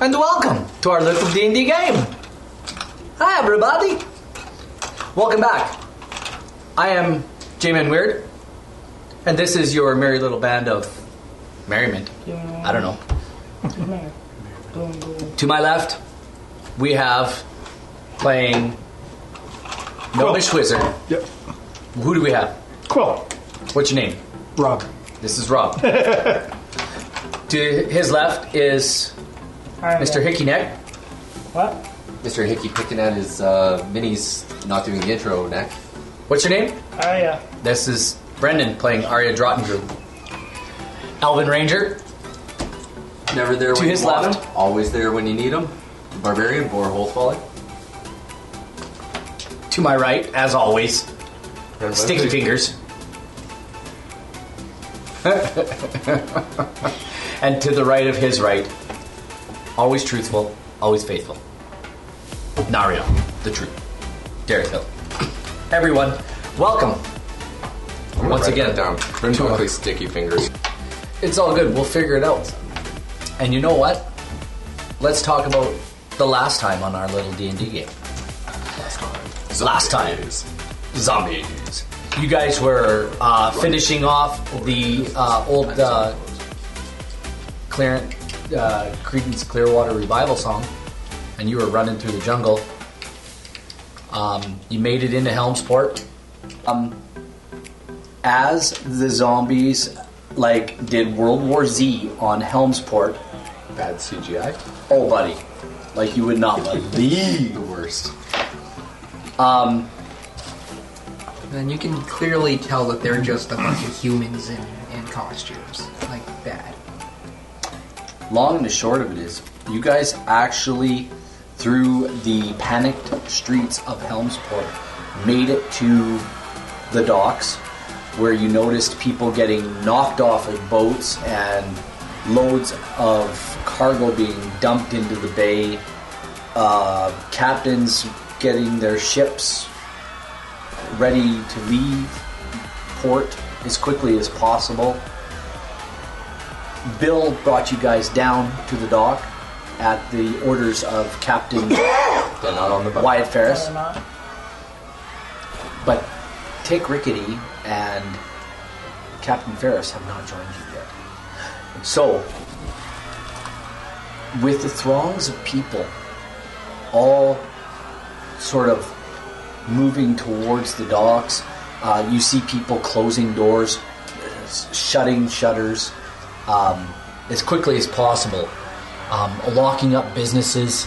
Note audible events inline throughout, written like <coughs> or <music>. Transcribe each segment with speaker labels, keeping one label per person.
Speaker 1: and welcome to our little D&D game. Hi, everybody. Welcome back. I am J-Man Weird, and this is your merry little band of merriment. I don't know. to my left, we have playing Gnomish Wizard.
Speaker 2: Yep.
Speaker 1: Who do we have?
Speaker 2: Quill.
Speaker 1: What's your name?
Speaker 2: Rob.
Speaker 1: This is
Speaker 2: <laughs>
Speaker 1: Rob. to his left is Mr. Hickey Neck.
Speaker 3: What?
Speaker 4: Mr. Hickey picking at his uh, minis, not doing the intro neck.
Speaker 1: What's your name?
Speaker 2: Oh,
Speaker 3: Arya.
Speaker 1: This is Brendan playing Arya Drottengroup. Elvin Ranger.
Speaker 4: Never there
Speaker 1: To
Speaker 4: when
Speaker 1: his
Speaker 4: you want
Speaker 1: left.
Speaker 4: him, always there when you need him. The barbarian, borehole falling.
Speaker 1: To my right, as always, Sticky <laughs> Fingers. and to the right of his right, always truthful, always faithful. Nario, the truth. Derek Hill. Everyone, welcome. Once again, to our-
Speaker 4: sticky fingers.
Speaker 1: It's all good. We'll figure it out. And you know what? Let's talk about the last time on our little D and D game. Last time, zombies. You guys were uh, finishing off the uh, old uh, Clarence uh, Creedence Clearwater revival song, and you were running through the jungle. Um, you made it into Helmsport as the zombies like did World War Z on Helmsport.
Speaker 4: Bad CGI.
Speaker 1: Oh, buddy, like you would
Speaker 4: <laughs>
Speaker 1: not believe.
Speaker 4: The worst.
Speaker 5: Then you can clearly tell that they're just a bunch of humans in, in costumes like that.
Speaker 1: Long and the short of it is, you guys actually, through the panicked streets of Helmsport, made it to the docks where you noticed people getting knocked off of boats and loads of cargo being dumped into the bay, uh, captains getting their ships ready to leave port as quickly as possible. Bill brought you guys down to the dock at the orders of Captain
Speaker 4: They're not on the button.
Speaker 1: Wyatt Ferris.
Speaker 3: Or not?
Speaker 1: But Tick Rickety and Captain Ferris have not joined you yet. So, with the throngs of people all sort of moving towards the docks, uh, you see people closing doors, shutting shutters um, as quickly as possible, um, locking up businesses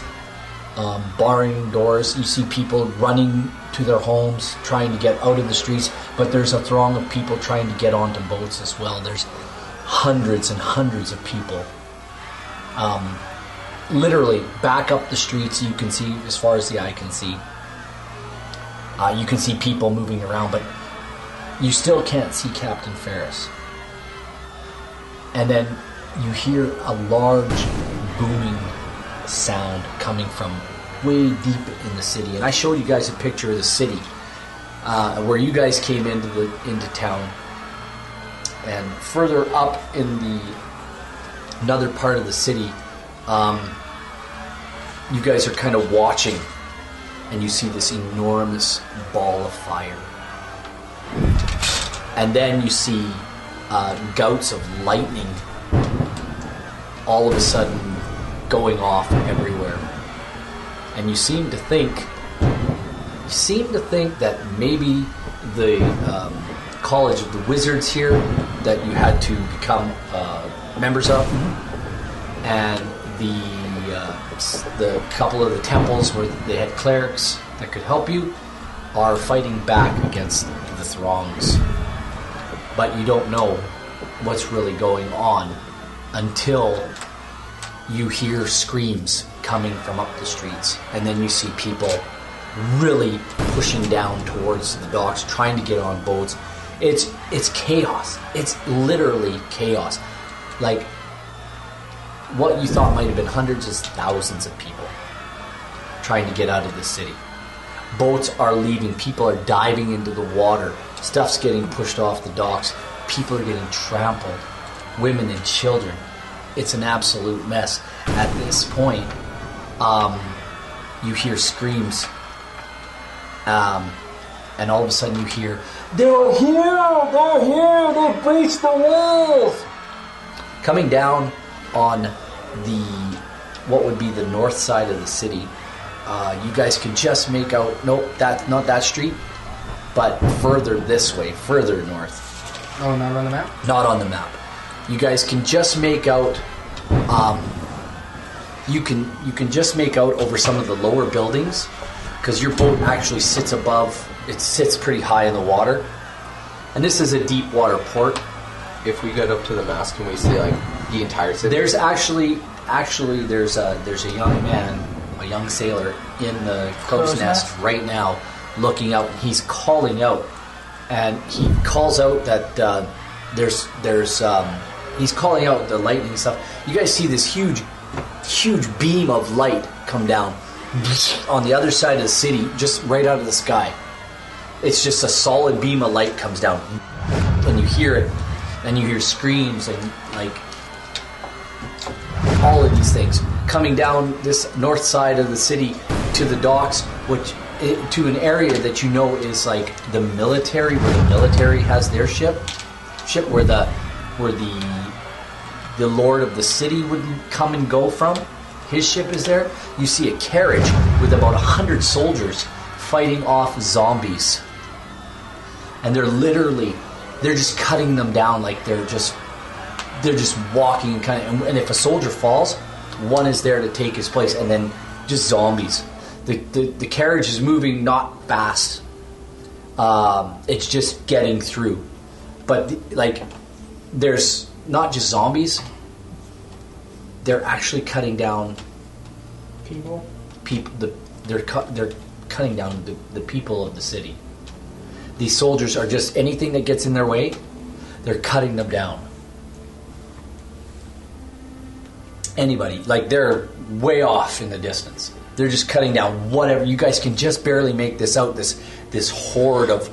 Speaker 1: um, barring doors. You see people running to their homes, trying to get out of the streets, but there's a throng of people trying to get onto boats as well. There's hundreds and hundreds of people. Um, literally, back up the streets, you can see as far as the eye can see. Uh, you can see people moving around, but you still can't see Captain Ferris. And then you hear a large booming sound coming from way deep in the city. And I showed you guys a picture of the city uh, where you guys came into the into town. And further up in the another part of the city, um, you guys are kind of watching, and you see this enormous ball of fire. And then you see uh, gouts of lightning all of a sudden going off everywhere. And you seem to think, you seem to think that maybe the um, College of the Wizards here that you had to become uh, members of, and the uh, s- the couple of the temples where they had clerics that could help you are fighting back against the throngs but you don't know what's really going on until you hear screams coming from up the streets and then you see people really pushing down towards the docks trying to get on boats it's it's chaos it's literally chaos like what you thought might have been hundreds is thousands of people trying to get out of the city boats are leaving people are diving into the water stuff's getting pushed off the docks people are getting trampled women and children it's an absolute mess at this point. Um, you hear screams, um, and all of a sudden you hear, "They're here! They're here! They breached the walls!" Coming down on the what would be the north side of the city, uh, you guys could just make out. Nope, that's not that street, but further this way, further north
Speaker 5: Oh, not on the map?
Speaker 1: not on the map. You guys can just make out. Um, you can you can just make out over some of the lower buildings because your boat actually sits above. It sits pretty high in the water, and this is a deep water port.
Speaker 4: If we get up to the mast, can we see like the entire city?
Speaker 1: There's actually actually there's a there's a young man, a young sailor in the crow's
Speaker 2: Crow's
Speaker 1: nest
Speaker 2: nest?
Speaker 1: right now, looking out. He's calling out, and he calls out that uh, there's there's um, he's calling out the lightning and stuff. You guys see this huge huge beam of light come down on the other side of the city, just right out of the sky. It's just a solid beam of light comes down, and you hear it, and you hear screams and like all of these things coming down this north side of the city to the docks, which i to an area that you know is like the military, where the military has their ship, ship where the where the the lord of the city would come and go from. His ship is there. You see a carriage with about a hundred soldiers fighting off zombies, and they're literally they're just cutting them down like they're just they're just walking and kind of and if a soldier falls one is there to take his place and then just zombies the, the, the carriage is moving not fast um, it's just getting through but like there's not just zombies they're actually cutting down
Speaker 2: People.
Speaker 1: people the, they're, cut they're cutting down the, the people of the city these soldiers are just anything that gets in their way they're cutting them down anybody like they're way off in the distance they're just cutting down whatever you guys can just barely make this out this this horde of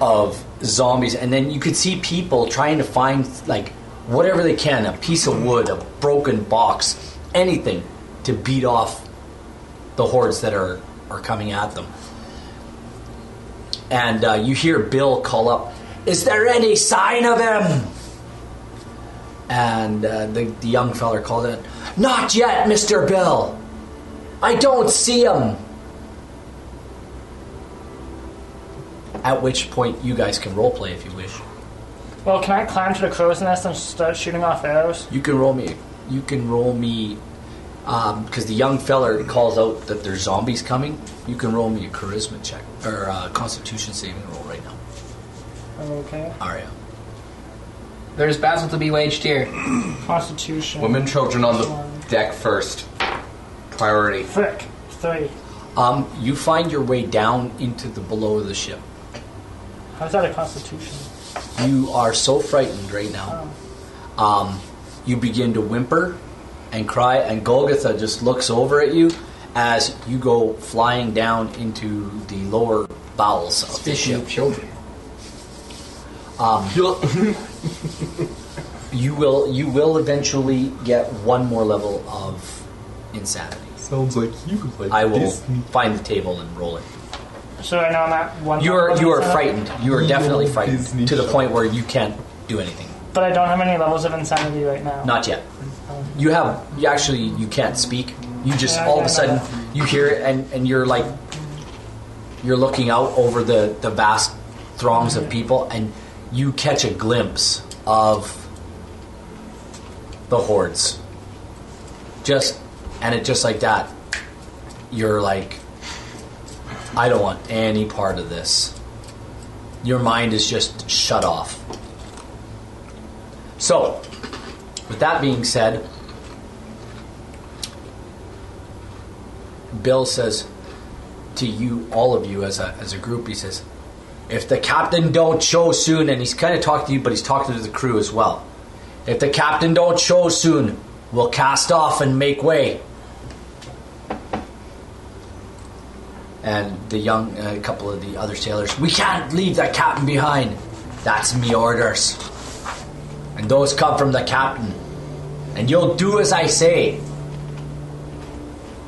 Speaker 1: of zombies and then you could see people trying to find like whatever they can a piece of wood a broken box anything to beat off the hordes that are, are coming at them. And uh, you hear Bill call up, Is there any sign of him? And uh, the, the young feller called in, Not yet, Mr. Bill. I don't see him. At which point, you guys can roleplay if you wish.
Speaker 2: Well, can I climb to the crow's nest and start shooting off arrows?
Speaker 1: You can roll me. You can roll me. Because the young feller calls out that there's zombies coming. You can roll me a charisma check or uh, Constitution saving roll right now.
Speaker 2: Okay.
Speaker 1: Aria.
Speaker 5: There's battle to be waged here.
Speaker 2: Constitution.
Speaker 4: women, children on the deck first. Priority.
Speaker 2: Frick. Three.
Speaker 1: Um, you find your way down into the below of the ship.
Speaker 2: How's that a constitution?
Speaker 1: You are so frightened right now. Um, you begin to whimper and cry, and Golgotha just looks over at you as you go flying down into the lower bowels of the
Speaker 5: Speaking
Speaker 1: ship. Um,
Speaker 5: of children.
Speaker 1: You will you will eventually get one more level of insanity.
Speaker 4: Sounds like you could like
Speaker 1: I will find the table and roll it.
Speaker 2: So right now I'm at one.
Speaker 1: You are you are
Speaker 2: level of insanity,
Speaker 1: frightened. You are definitely
Speaker 4: Little Disney
Speaker 1: frightened to the
Speaker 4: show.
Speaker 1: point where you can't do anything.
Speaker 2: But I don't have any levels of insanity right now.
Speaker 1: Not yet. You have you actually you can't speak. You just
Speaker 2: Yeah,
Speaker 1: all of a
Speaker 2: yeah,
Speaker 1: sudden you hear it and, and you're like you're looking out over the, the vast throngs of people and you catch a glimpse of the hordes. Just and it just like that, you're like I don't want any part of this. Your mind is just shut off. So, with that being said, Bill says to you, all of you as a, as a group, he says, if the captain don't show soon, and he's kind of talking to you, but he's talking to the crew as well. If the captain don't show soon, we'll cast off and make way. And the young, a couple of the other sailors, we can't leave that captain behind. That's me orders. And those come from the captain. and you'll do as I say.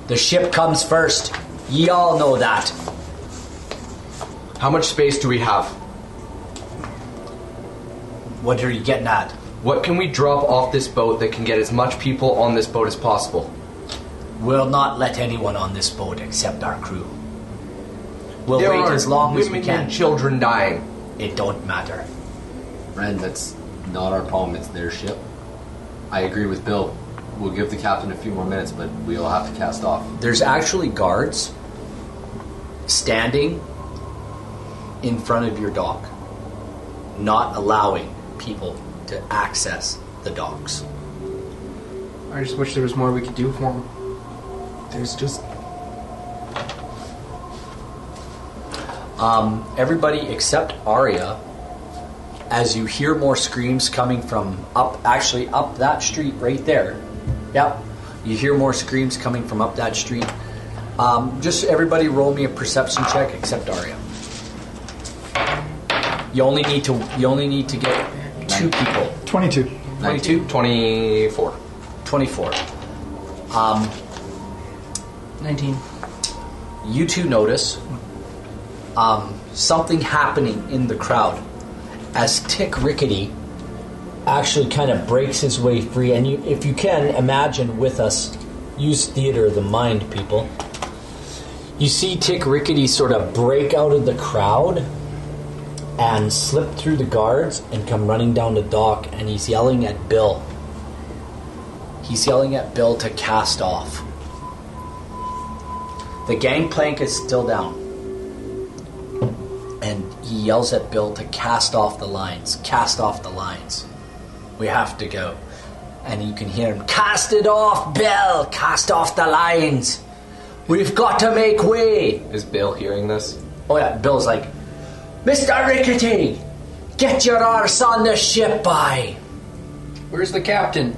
Speaker 1: The ship comes first. Ye all know that.
Speaker 4: How much space do we have?
Speaker 1: What are you getting at?
Speaker 4: What can we drop off this boat that can get as much people on this boat as possible?
Speaker 1: We'll not let anyone on this boat except our crew. We'll
Speaker 4: There
Speaker 1: wait
Speaker 4: are
Speaker 1: as long as we
Speaker 4: women and
Speaker 1: can.
Speaker 4: Children dying.
Speaker 1: It don't matter.
Speaker 3: Friend, that's not our problem. It's their ship. I agree with Bill. We'll give the captain a few more minutes, but we'll have to cast off.
Speaker 1: There's actually guards standing in front of your dock, not allowing people to access the docks.
Speaker 5: I just wish there was more we could do for him.
Speaker 4: There's just
Speaker 1: Um, everybody except Arya, as you hear more screams coming from up, actually up that street right there. Yep, you hear more screams coming from up that street. Um, just everybody roll me a perception check except Arya. You only need to you only need to get two people.
Speaker 6: 22.
Speaker 1: 22,
Speaker 4: 24.
Speaker 1: 24. Um,
Speaker 5: 19.
Speaker 1: you two notice um, something happening in the crowd as Tick Rickety actually kind of breaks his way free. And you, if you can imagine with us, use theater of the mind, people. You see Tick Rickety sort of break out of the crowd and slip through the guards and come running down the dock, and he's yelling at Bill. He's yelling at Bill to cast off. The gangplank is still down. And he yells at Bill to cast off the lines. Cast off the lines. We have to go. And you can hear him cast it off, Bill! Cast off the lines! We've got to make way!
Speaker 4: Is Bill hearing this?
Speaker 1: Oh, yeah, Bill's like, Mr. Rickety! Get your arse on the ship by!
Speaker 5: Where's the captain?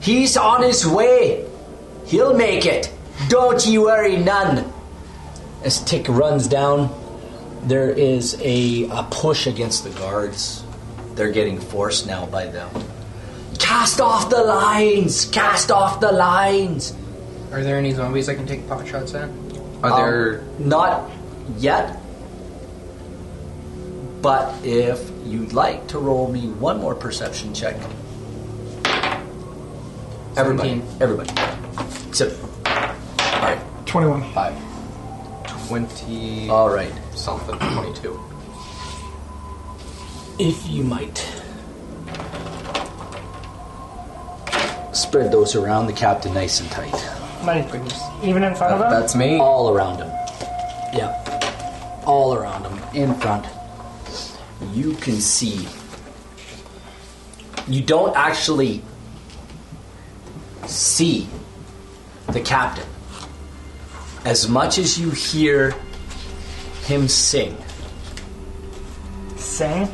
Speaker 1: He's on his way. He'll make it. Don't you worry none. As Tick runs down, there is a, a push against the guards. They're getting forced now by them. Cast off the lines! Cast off the lines!
Speaker 5: Are there any zombies I can take pot shots at?
Speaker 1: Um,
Speaker 4: Are there
Speaker 1: not yet? But if you'd like to roll me one more perception check, everybody,
Speaker 5: Seventeen.
Speaker 1: everybody, except all right,
Speaker 6: 21.
Speaker 4: 20
Speaker 1: all right.
Speaker 4: something? 22.
Speaker 1: If you might spread those around the captain nice and tight,
Speaker 2: Mate, even in front of them?
Speaker 4: Uh-huh. That's me.
Speaker 1: all around him. Yeah, all around him, in front. You can see. You don't actually see the captain as much as you hear him sing.
Speaker 2: Sing.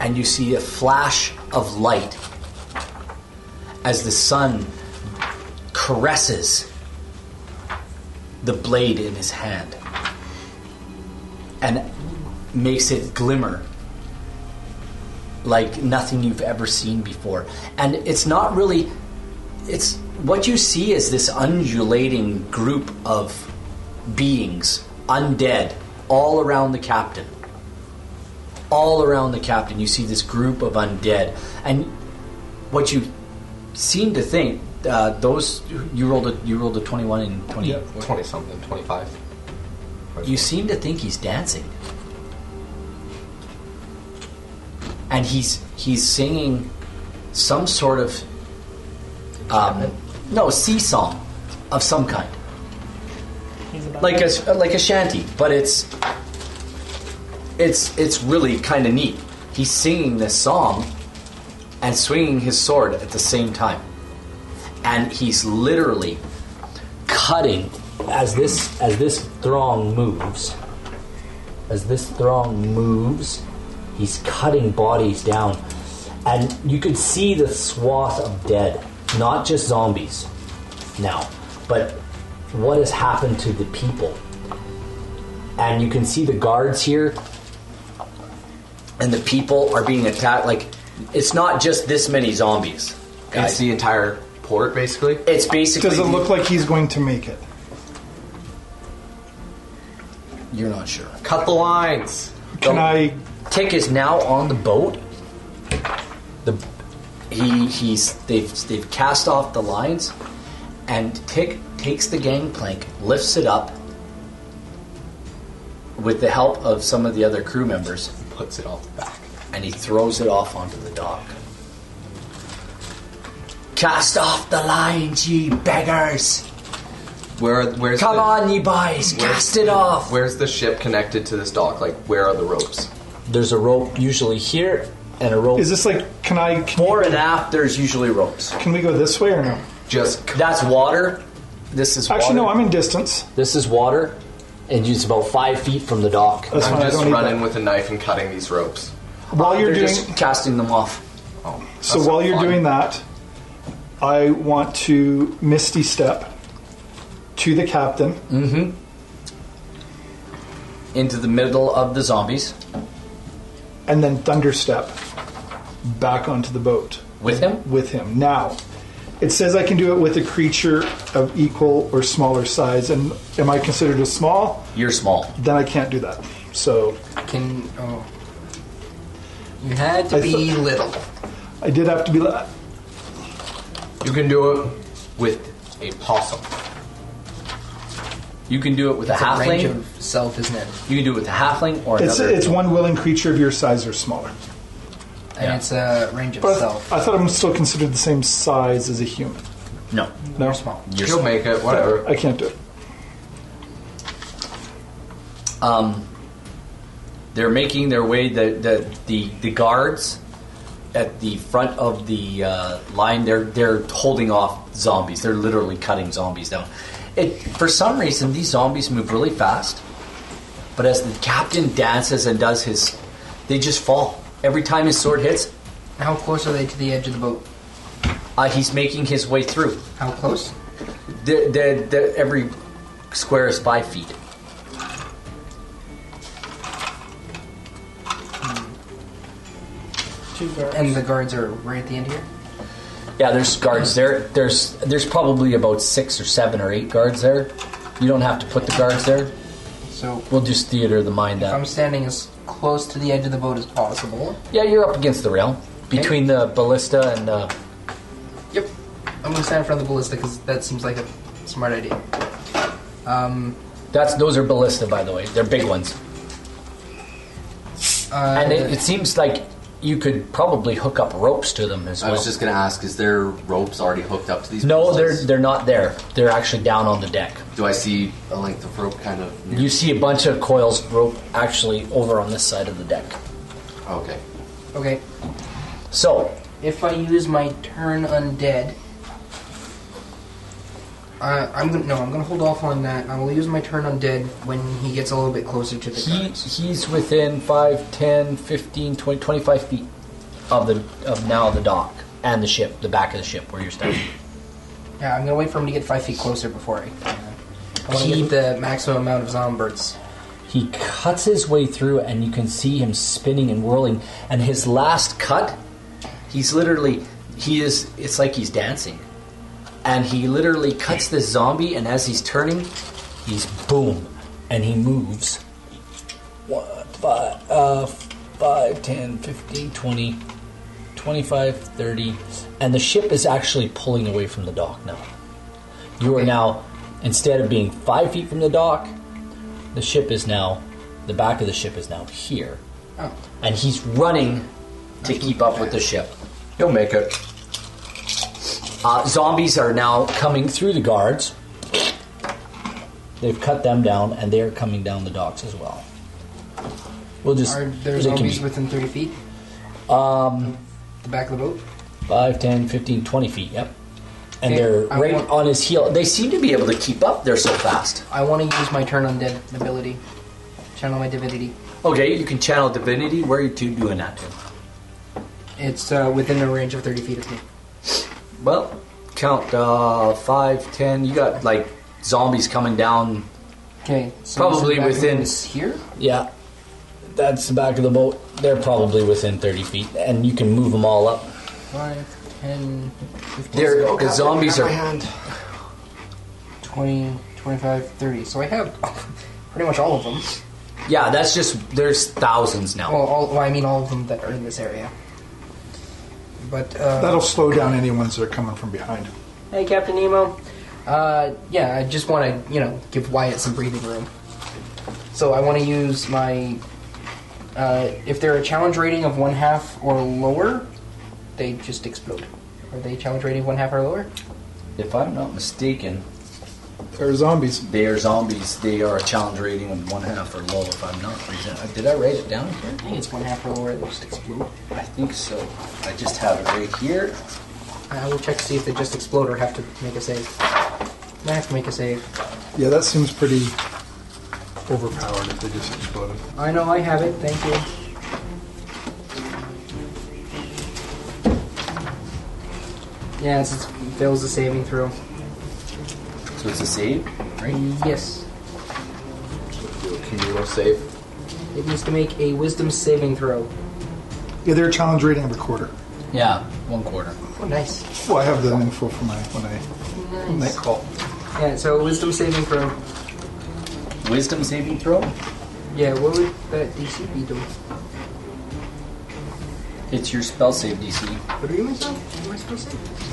Speaker 1: and you see a flash of light as the sun caresses the blade in his hand and makes it glimmer like nothing you've ever seen before and it's not really it's what you see is this undulating group of beings undead all around the captain all around the captain you see this group of undead and what you seem to think uh, those you rolled a you rolled a 21 and 20
Speaker 4: 20 something, 25.
Speaker 1: you seem to think he's dancing and he's he's singing some sort of um, no sea song of some kind
Speaker 2: He's about
Speaker 1: like a like a shanty, but it's it's it's really kind of neat. He's singing this song and swinging his sword at the same time, and he's literally cutting as this as this throng moves. As this throng moves, he's cutting bodies down, and you could see the swath of dead, not just zombies now, but what has happened to the people. And you can see the guards here, and the people are being attacked. Like, it's not just this many zombies. guys.
Speaker 4: It's the entire port, basically.
Speaker 1: It's basically.
Speaker 6: Does it look like he's going to make it?
Speaker 1: You're not sure.
Speaker 4: Cut the lines.
Speaker 6: Can
Speaker 1: Don't-
Speaker 6: I?
Speaker 1: Tick is now on the boat. The he he's they've they've cast off the lines, and Tick takes the gangplank, lifts it up with the help of some of the other crew members,
Speaker 4: Puts it all back.
Speaker 1: and he throws it off onto the dock. Cast off the lines, ye beggars!
Speaker 4: Where? Where's?
Speaker 1: Come
Speaker 4: the,
Speaker 1: on, ye boys, cast it off!
Speaker 4: Where's the ship connected to this dock? Like, where are the ropes?
Speaker 1: There's a rope usually here, and a rope.
Speaker 6: Is this like? Can I? Can,
Speaker 1: Fore and aft, there's usually ropes.
Speaker 6: can we go this way or no?
Speaker 4: Just c-
Speaker 1: That's water. This is water.
Speaker 6: Actually, no. I'm in distance.
Speaker 1: This is water, and it's about five feet from the dock.
Speaker 6: That's
Speaker 4: I'm
Speaker 6: fine. I
Speaker 4: just
Speaker 6: don't need
Speaker 4: running with a knife and cutting these ropes.
Speaker 6: that. While you're
Speaker 1: They're
Speaker 6: doing
Speaker 1: just casting them off.
Speaker 4: Oh,
Speaker 6: so, while you're doing that, I want to misty step to the captain.
Speaker 1: into the middle of the zombies
Speaker 6: and then thunderstep back onto the boat
Speaker 1: with him.
Speaker 6: with him. Now, it says I can do it with a creature of equal or smaller size, and am I considered a small?
Speaker 1: You're small.
Speaker 6: Then I can't do that. So
Speaker 5: Can oh, you had to
Speaker 6: I
Speaker 5: be
Speaker 6: thought-
Speaker 5: little.
Speaker 6: I did have to be. li-
Speaker 4: You can do it with a possum.
Speaker 1: You can do it with a
Speaker 5: It's a range
Speaker 1: halfling.
Speaker 5: of self, isn't it?
Speaker 1: You can do it with a halfling or
Speaker 6: It's
Speaker 1: another.
Speaker 6: it's one willing creature of your size or smaller.
Speaker 5: And
Speaker 1: Yeah.
Speaker 5: it's a range of
Speaker 6: But
Speaker 5: self.
Speaker 6: I thought I'm still considered the same size as a human.
Speaker 1: no,
Speaker 6: No,
Speaker 5: Or small.
Speaker 1: you're
Speaker 4: You'll
Speaker 1: small.
Speaker 4: make it. Whatever.
Speaker 6: I can't do it.
Speaker 1: Um, they're making their way. The the the, the guards at the front of the uh, line. They're they're holding off zombies. They're literally cutting zombies down. It for some reason these zombies move really fast, but as the captain dances and does his, they just fall every time his sword hits.
Speaker 5: How close are they to the edge of the boat?
Speaker 1: Uh, he's making his way through.
Speaker 5: How close?
Speaker 1: The, the, the, every square is five feet.
Speaker 2: Two guards.
Speaker 5: And the guards are right at the end here.
Speaker 1: Yeah, there's guards there. There's there's probably about six or seven or eight guards there. You don't have to put the guards there.
Speaker 5: So
Speaker 1: We'll just theater of the mind
Speaker 5: if I'm
Speaker 1: out.
Speaker 5: standing as close to the edge of the boat as possible.
Speaker 1: Yeah, you're up against the rail between the ballista and uh,
Speaker 5: Yep. I'm gonna stand in front of the ballista because that seems like a smart idea. Um,
Speaker 1: that's those are ballista by the way. They're big ones,
Speaker 5: uh,
Speaker 1: and it, it seems like you could probably hook up ropes to them as
Speaker 3: I
Speaker 1: well.
Speaker 3: was just gonna ask: Is there ropes already hooked up to these?
Speaker 1: no, they're
Speaker 3: posts?
Speaker 1: they're not there. They're actually down on the deck.
Speaker 3: Do I see a length of rope kind of? Near?
Speaker 1: You see a bunch of coils of rope actually over on this side of the deck.
Speaker 3: Okay.
Speaker 5: okay.
Speaker 1: So
Speaker 5: If I use my turn undead, uh, I'm gonna no. I'm gonna hold off on that. I will use my turn undead when he gets a little bit closer to the
Speaker 1: He,
Speaker 5: guards.
Speaker 1: he's within 5, 10, 15, 20, 25 feet of the of now the dock and the ship, the back of the ship where you're standing.
Speaker 5: Yeah, I'm gonna wait for him to get five feet closer before I. Uh, I want to
Speaker 1: He-
Speaker 5: get the maximum amount of zombirds.
Speaker 1: he cuts his way through, and you can see him spinning and whirling. And his last cut, he's literally he is. It's like he's dancing, and he literally cuts this zombie. And as he's turning, he's boom, and he moves. One, five, uh, five, 10, 15, 20, 25, 30. And the ship is actually pulling away from the dock now. You are now, instead of being five feet from the dock, the ship is now, the back of the ship is now here.
Speaker 5: Oh.
Speaker 1: And he's running to keep up with the ship.
Speaker 4: You'll make it.
Speaker 1: Uh, zombies are now coming through the guards. They've cut them down, and they are coming down the docks as well. We'll just.
Speaker 5: Are there
Speaker 1: they can
Speaker 5: zombies
Speaker 1: be
Speaker 5: within 30 feet?
Speaker 1: Um,
Speaker 5: The back of the boat?
Speaker 1: 5, 10, 15, 20 feet, yep. And
Speaker 5: Okay,
Speaker 1: they're
Speaker 5: I
Speaker 1: right
Speaker 5: want-
Speaker 1: on his heel. They seem to be able to keep up. They're so fast.
Speaker 5: I want to use my turn undead ability. Channel my divinity.
Speaker 1: Okay, you can channel divinity. Where are you two doing that to?
Speaker 5: It's uh, within a range of 30 feet of me.
Speaker 1: Well, count uh, 5, 10. You got like zombies coming down.
Speaker 5: Okay. So
Speaker 1: Probably
Speaker 5: is it back
Speaker 1: within-
Speaker 5: in this here.
Speaker 1: Yeah, that's the back of the boat. They're probably within 30 feet, and you can move them all up.
Speaker 5: 5, 10, 15,
Speaker 7: They're-
Speaker 5: oh,
Speaker 7: the
Speaker 5: God,
Speaker 7: zombies
Speaker 5: I
Speaker 7: are-
Speaker 5: got My hand. 20, 25, 30. So I have <laughs> pretty much all of them.
Speaker 7: Yeah, that's just there's thousands now.
Speaker 5: Well, all, well, I mean all of them that are in this area. But uh,
Speaker 6: That'll slow down any ones that are coming from behind.
Speaker 5: Hey, Captain Nemo. Uh, yeah, I just want to, you know, give Wyatt some breathing room. So I want to use my. Uh, if they're a challenge rating of one half or lower, they just explode. Are they challenge rating one half or lower?
Speaker 1: If I'm not mistaken,
Speaker 6: There are zombies.
Speaker 1: they are zombies. They are a challenge rating of one half or low. If I'm not mistaken, did I write it down here?
Speaker 5: I think it's one half or lower. They just explode.
Speaker 1: I think so. I just have it right here.
Speaker 5: I will check to see if they just explode or have to make a save. I have to make a save.
Speaker 6: Yeah, that seems pretty overpowered if they just exploded.
Speaker 5: I know I have it. Thank you. Yeah, it's, it fails the saving throw.
Speaker 1: So it's a save. Mm-hmm.
Speaker 5: Yes,
Speaker 4: Communal save.
Speaker 5: it needs to make a Wisdom saving throw.
Speaker 6: Yeah, they're a challenge rating of a quarter.
Speaker 1: Yeah, one quarter.
Speaker 5: Oh, nice.
Speaker 6: Well, I have the info for my when I night call.
Speaker 5: Yeah, so Wisdom saving throw.
Speaker 1: Wisdom saving throw.
Speaker 5: Yeah, what would that DC be doing?
Speaker 1: It's your spell save DC.
Speaker 5: What are you myself? Am I supposed to say?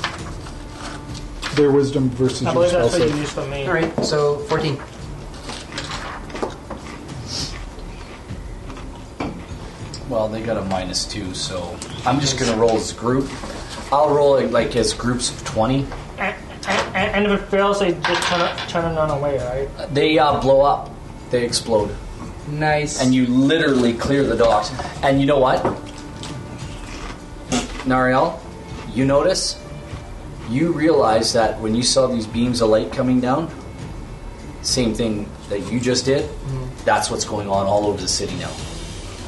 Speaker 6: Their wisdom versus
Speaker 2: I
Speaker 6: your
Speaker 2: believe
Speaker 6: spell
Speaker 2: that's what you
Speaker 6: save.
Speaker 2: used for me.
Speaker 5: All right, so fourteen.
Speaker 1: Well, they got a minus two, so I'm just gonna roll as group. I'll roll it like as groups of twenty.
Speaker 2: And, and, and if it fails, they just turn it, turn it on away, right?
Speaker 1: They uh, blow up. They explode,
Speaker 5: Nice.
Speaker 1: and you literally clear the docks. And you know what, Nariel, you notice, you realize that when you saw these beams of light coming down, same thing that you just did. That's what's going on all over the city now.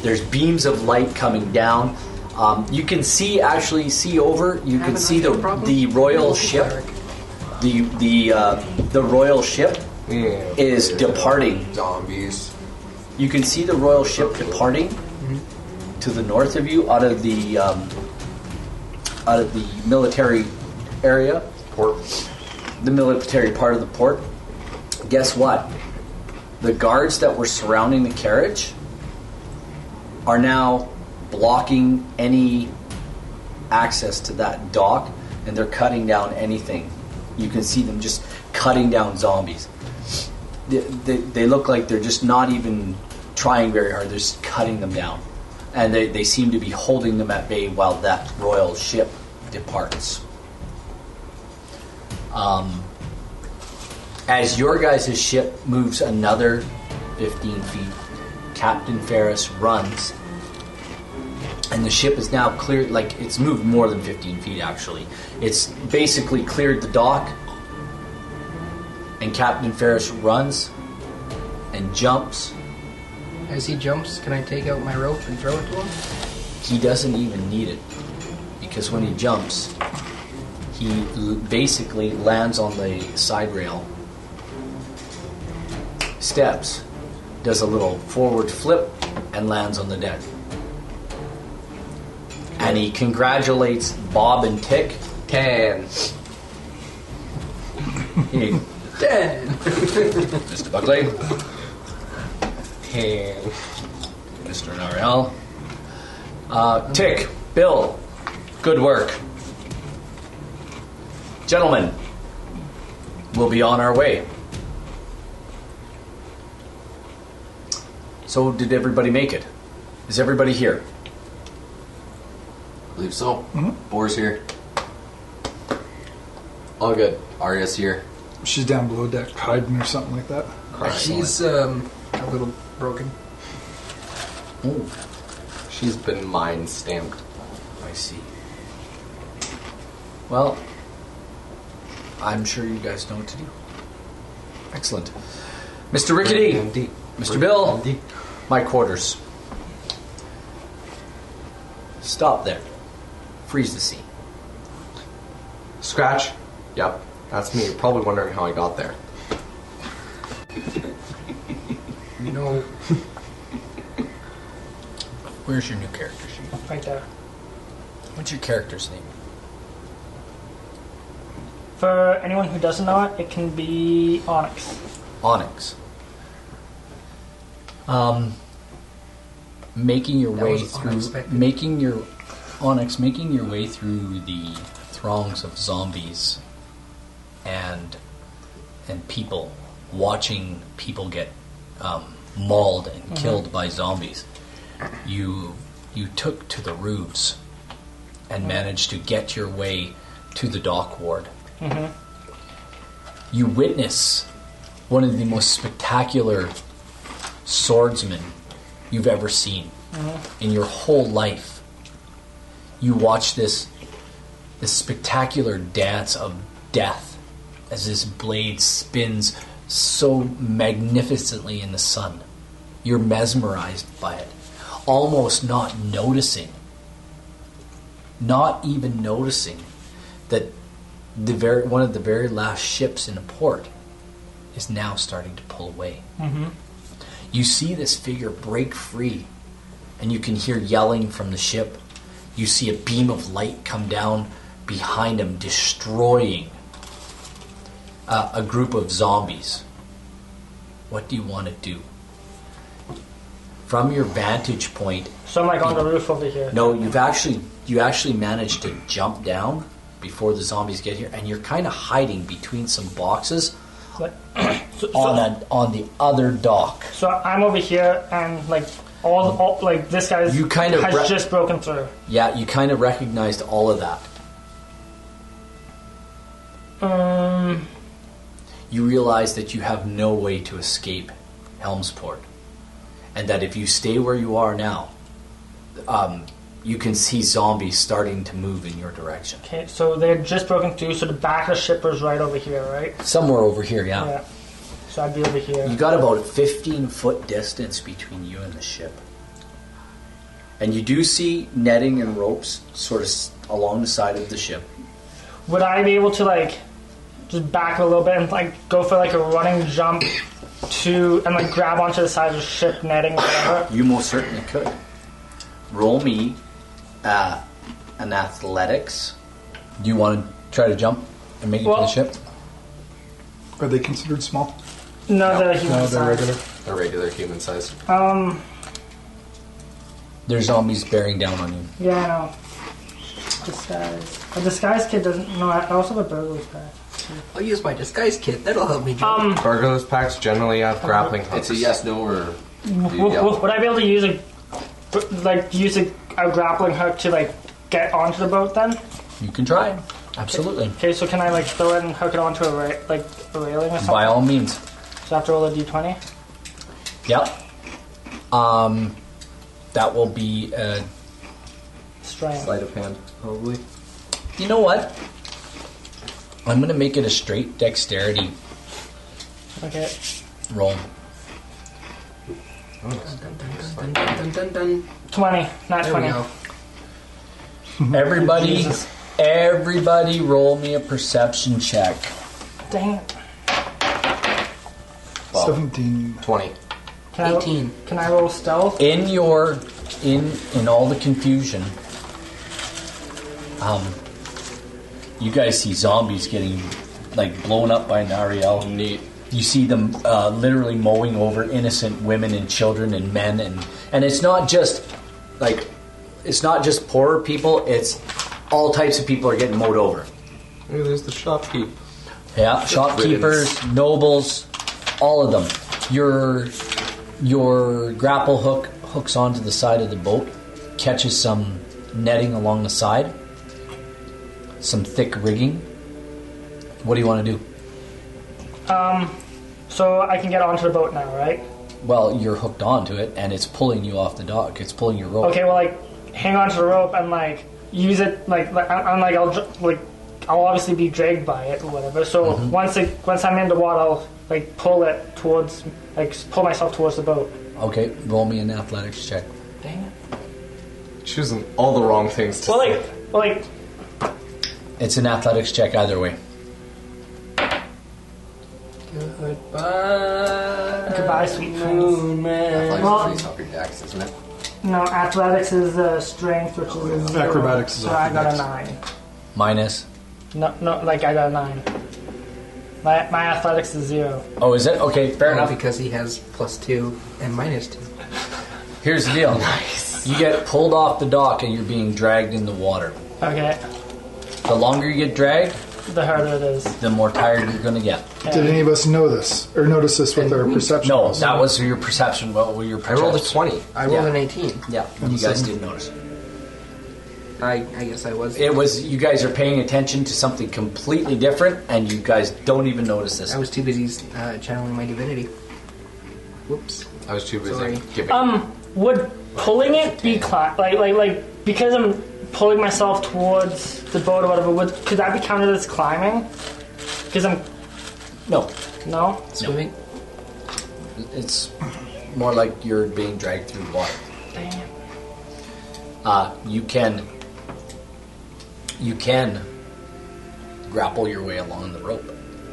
Speaker 1: There's beams of light coming down. Um, you can see actually see over. You can see the the royal ship. The the uh, the royal ship
Speaker 4: Yeah.
Speaker 1: is departing.
Speaker 4: Zombies.
Speaker 1: You can see the royal ship departing to the north of you, out of the um, out of the military area,
Speaker 4: Port.
Speaker 1: the military part of the port. Guess what? The guards that were surrounding the carriage are now blocking any access to that dock, and they're cutting down anything. You can see them just cutting down zombies. They, they, they look like they're just not even trying very hard. They're just cutting them down. And they, they seem to be holding them at bay while that royal ship departs. Um, as your guys' ship moves another 15 feet, Captain Ferris runs. And the ship is now cleared, like it's moved more than 15 feet actually. It's basically cleared the dock. And Captain Ferris runs and jumps.
Speaker 5: As he jumps, can I take out my rope and throw it to him?
Speaker 1: He doesn't even need it because when he jumps, he l- basically lands on the side rail, steps, does a little forward flip, and lands on the deck. And he congratulates Bob and Tick. <laughs>
Speaker 4: Ten.
Speaker 1: He, <laughs>
Speaker 5: Dead.
Speaker 1: Mr. Buckley,
Speaker 4: Ten.
Speaker 1: Mr. Narell, uh, Tick, Bill, good work. Gentlemen, we'll be on our way. So, did everybody make it? Is everybody here?
Speaker 8: believe so.
Speaker 4: Mm-hmm.
Speaker 8: Boar's here.
Speaker 4: All good.
Speaker 8: Arya's here.
Speaker 6: She's down below deck hiding or something like that.
Speaker 5: She's um a little broken.
Speaker 1: Oh,
Speaker 4: She's been mind stamped.
Speaker 1: I see. Well, I'm sure you guys know what to do. Excellent. Mr. Rickety,
Speaker 4: MD.
Speaker 1: Mr. Bill, my quarters. Stop there. Freeze the scene.
Speaker 4: Scratch. Yep. That's me. You're probably wondering how I got there.
Speaker 5: No,
Speaker 1: Where's your new character sheet?
Speaker 2: Right there.
Speaker 1: What's your character's name?
Speaker 2: For anyone who doesn't know it, it can be Onyx.
Speaker 1: Onyx. Um, making your
Speaker 5: That
Speaker 1: way
Speaker 5: was
Speaker 1: through,
Speaker 5: unexpected.
Speaker 1: making your Onyx, making your way through the throngs of zombies and and people, watching people get um, mauled and
Speaker 5: Mm-hmm.
Speaker 1: killed by zombies. You you took to the roofs
Speaker 5: Mm-hmm.
Speaker 1: and managed to get your way to the dock ward. You witness one of the most spectacular swordsmen you've ever seen in your whole life. You watch this this spectacular dance of death as this blade spins so magnificently in the sun. You're mesmerized by it, almost not noticing, not even noticing that the very one of the very last ships in a port is now starting to pull away. You see this figure break free, and you can hear yelling from the ship. You see a beam of light come down behind him, destroying uh, a group of zombies. What do you want to do? From your vantage point,
Speaker 2: So I'm like on the roof over here.
Speaker 1: no, you've actually you actually managed to jump down before the zombies get here, and you're kind of hiding between some boxes <clears throat>
Speaker 2: Like, so, so-
Speaker 1: on a, on the other dock.
Speaker 2: so I'm over here, and like all, all like this guy's
Speaker 1: You kind of
Speaker 2: has
Speaker 1: re-
Speaker 2: just broken through.
Speaker 1: Yeah, you kind of recognized all of that.
Speaker 2: Um,
Speaker 1: You realize that you have no way to escape Helmsport, and that if you stay where you are now, um, you can see zombies starting to move in your direction.
Speaker 2: okay, so they had just broken through. So the back of the ship was right over here, right?
Speaker 1: Somewhere over here, yeah.
Speaker 2: Yeah. So I'd be over here.
Speaker 1: You got about a 15 foot distance between you and the ship.
Speaker 9: And you do see netting and ropes sort of s- along the side of the ship.
Speaker 2: Would I be able to like just back a little bit and like go for like a running jump to and like grab onto the side of the ship netting or whatever?
Speaker 9: You most certainly could. Roll me uh, an athletics.
Speaker 1: Do you want to try to jump and make it
Speaker 2: Well-
Speaker 1: to the ship?
Speaker 6: Are they considered small?
Speaker 2: No, the human
Speaker 6: No, they're
Speaker 2: size.
Speaker 6: regular.
Speaker 4: A regular human size.
Speaker 2: Um,
Speaker 1: There's zombies bearing down on you.
Speaker 2: yeah, I know. Disguise. A disguise kid doesn't. No, I I also have a burglar's pack.
Speaker 5: I'll use my disguise kit. That'll help me. Jump.
Speaker 2: Um,
Speaker 4: Burglars packs generally
Speaker 1: Uh-huh.
Speaker 4: have grappling hooks.
Speaker 3: It's a yes, no, or
Speaker 2: w- w- would I be able to use a like use a, a grappling hook to like get onto the boat then?
Speaker 1: You can try. Absolutely.
Speaker 2: Okay, so can I like throw it and hook it onto a ra- like a railing or something?
Speaker 1: By all means.
Speaker 2: So I have to roll a d20.
Speaker 1: Yep. Um, that will be. Uh,
Speaker 2: Strength.
Speaker 3: sleight of hand, probably.
Speaker 1: you know what? I'm gonna make it a straight dexterity
Speaker 2: Okay.
Speaker 1: roll.
Speaker 5: Dun, dun, dun, dun, dun.
Speaker 2: 20, not
Speaker 5: There
Speaker 2: 20.
Speaker 5: we go.
Speaker 1: Everybody, everybody, roll me a perception check.
Speaker 2: Dang it.
Speaker 6: 17.
Speaker 4: 20.
Speaker 2: Can
Speaker 5: 18.
Speaker 2: I, can I roll stealth?
Speaker 1: In your, in in all the confusion, um, you guys see zombies getting like blown up by an Ariel.
Speaker 4: Neat.
Speaker 1: You see them uh, literally mowing over innocent women and children and men, and and it's not just like it's not just poorer people. It's all types of people are getting mowed over.
Speaker 4: Hey, there's the shopkeep.
Speaker 1: Yeah, shopkeepers, nobles, all of them. Your your grapple hook hooks onto the side of the boat, catches some netting along the side, some thick rigging. What do you want to do?
Speaker 2: So I can get onto the boat now, right?
Speaker 1: Well, you're hooked onto it, and it's pulling you off the dock. It's pulling your rope.
Speaker 2: Okay, well, like, hang onto the rope and, like, use it, like, like I'm, I'm, like, I'll, dr- like, I'll obviously be dragged by it or whatever. So once it, once I'm in the water, I'll, like, pull it towards, like, s- pull myself towards the boat.
Speaker 1: Okay, roll me an athletics check.
Speaker 5: Dang it.
Speaker 4: Choosing all the wrong things to
Speaker 2: Well,
Speaker 4: say.
Speaker 2: like, well, like,
Speaker 1: It's an athletics check either way.
Speaker 5: Goodbye.
Speaker 2: Goodbye, sweet
Speaker 5: moon man.
Speaker 3: Athletics
Speaker 2: Well-
Speaker 3: is off your dex, isn't it?
Speaker 2: no, athletics is uh, strength, which is a zero.
Speaker 6: Acrobatics is
Speaker 2: So
Speaker 6: off
Speaker 2: I
Speaker 6: the
Speaker 2: got a
Speaker 6: next.
Speaker 2: nine.
Speaker 1: Minus
Speaker 2: No, no, like I got a nine. My, my athletics is zero.
Speaker 1: Oh, is it? Okay, fair enough.
Speaker 5: because he has plus two and minus two.
Speaker 1: Here's the deal. You get pulled off the dock and you're being dragged in the water.
Speaker 2: Okay,
Speaker 1: The longer you get dragged,
Speaker 2: the harder it is.
Speaker 1: the more tired you're going to get.
Speaker 2: Yeah.
Speaker 6: Did any of us know this or notice this with our perception?
Speaker 1: No, that was your perception. What were your
Speaker 4: I rolled a
Speaker 1: perception?
Speaker 4: 20.
Speaker 5: I rolled
Speaker 1: Yeah.
Speaker 5: an 18.
Speaker 1: Yeah, you guys didn't notice.
Speaker 5: I, I guess I was.
Speaker 1: It was you guys are paying attention to something completely different, and you guys don't even notice this.
Speaker 5: I was too busy uh, channeling my divinity. Whoops.
Speaker 4: I was too busy
Speaker 5: Sorry.
Speaker 4: giving.
Speaker 2: Um, would pulling it be cla- like like like because I'm pulling myself towards the boat or whatever? Would could that be counted as climbing? Because I'm
Speaker 1: No,
Speaker 2: no.
Speaker 5: Swimming?
Speaker 1: it's more like you're being dragged through the water.
Speaker 2: Dang it.
Speaker 1: Uh, you can you can grapple your way along the rope.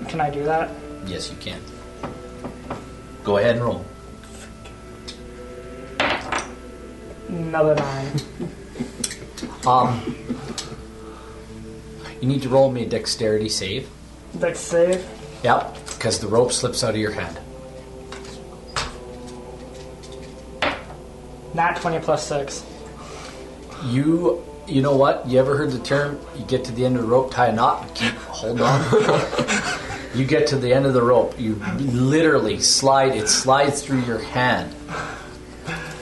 Speaker 2: Can I do that?
Speaker 1: Yes, you can. Go ahead and roll.
Speaker 2: Another
Speaker 6: <laughs>
Speaker 2: nine.
Speaker 1: Um, you need to roll me a dexterity save.
Speaker 2: Dex save.
Speaker 1: Yep, because the rope slips out of your hand.
Speaker 2: Nat twenty plus six.
Speaker 1: You, you know what? You ever heard the term? You get to the end of the rope, tie a knot, and keep hold on.
Speaker 6: <laughs>
Speaker 1: you get to the end of the rope, you literally slide. It slides through your hand,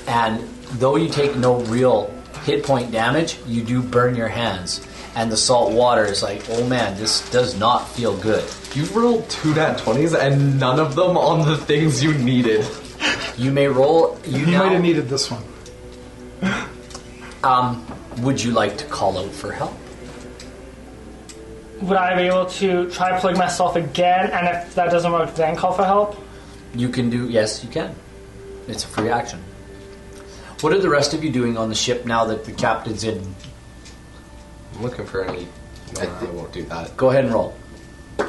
Speaker 1: and though you take no real hit point damage, you do burn your hands, and the salt water is like, oh man, this does not feel good.
Speaker 4: You rolled two nat 20s and none of them on the things you needed.
Speaker 1: You may roll. You,
Speaker 6: You
Speaker 1: now,
Speaker 6: might have needed this one.
Speaker 1: Um, would you like to call out for help?
Speaker 2: Would I be able to try plug myself again? And if that doesn't work, then call for help.
Speaker 1: You can do. Yes, you can. It's a free action. What are the rest of you doing on the ship now that the captain's in?
Speaker 4: I'm looking for any. No, I, won't do that.
Speaker 1: Go ahead and roll. You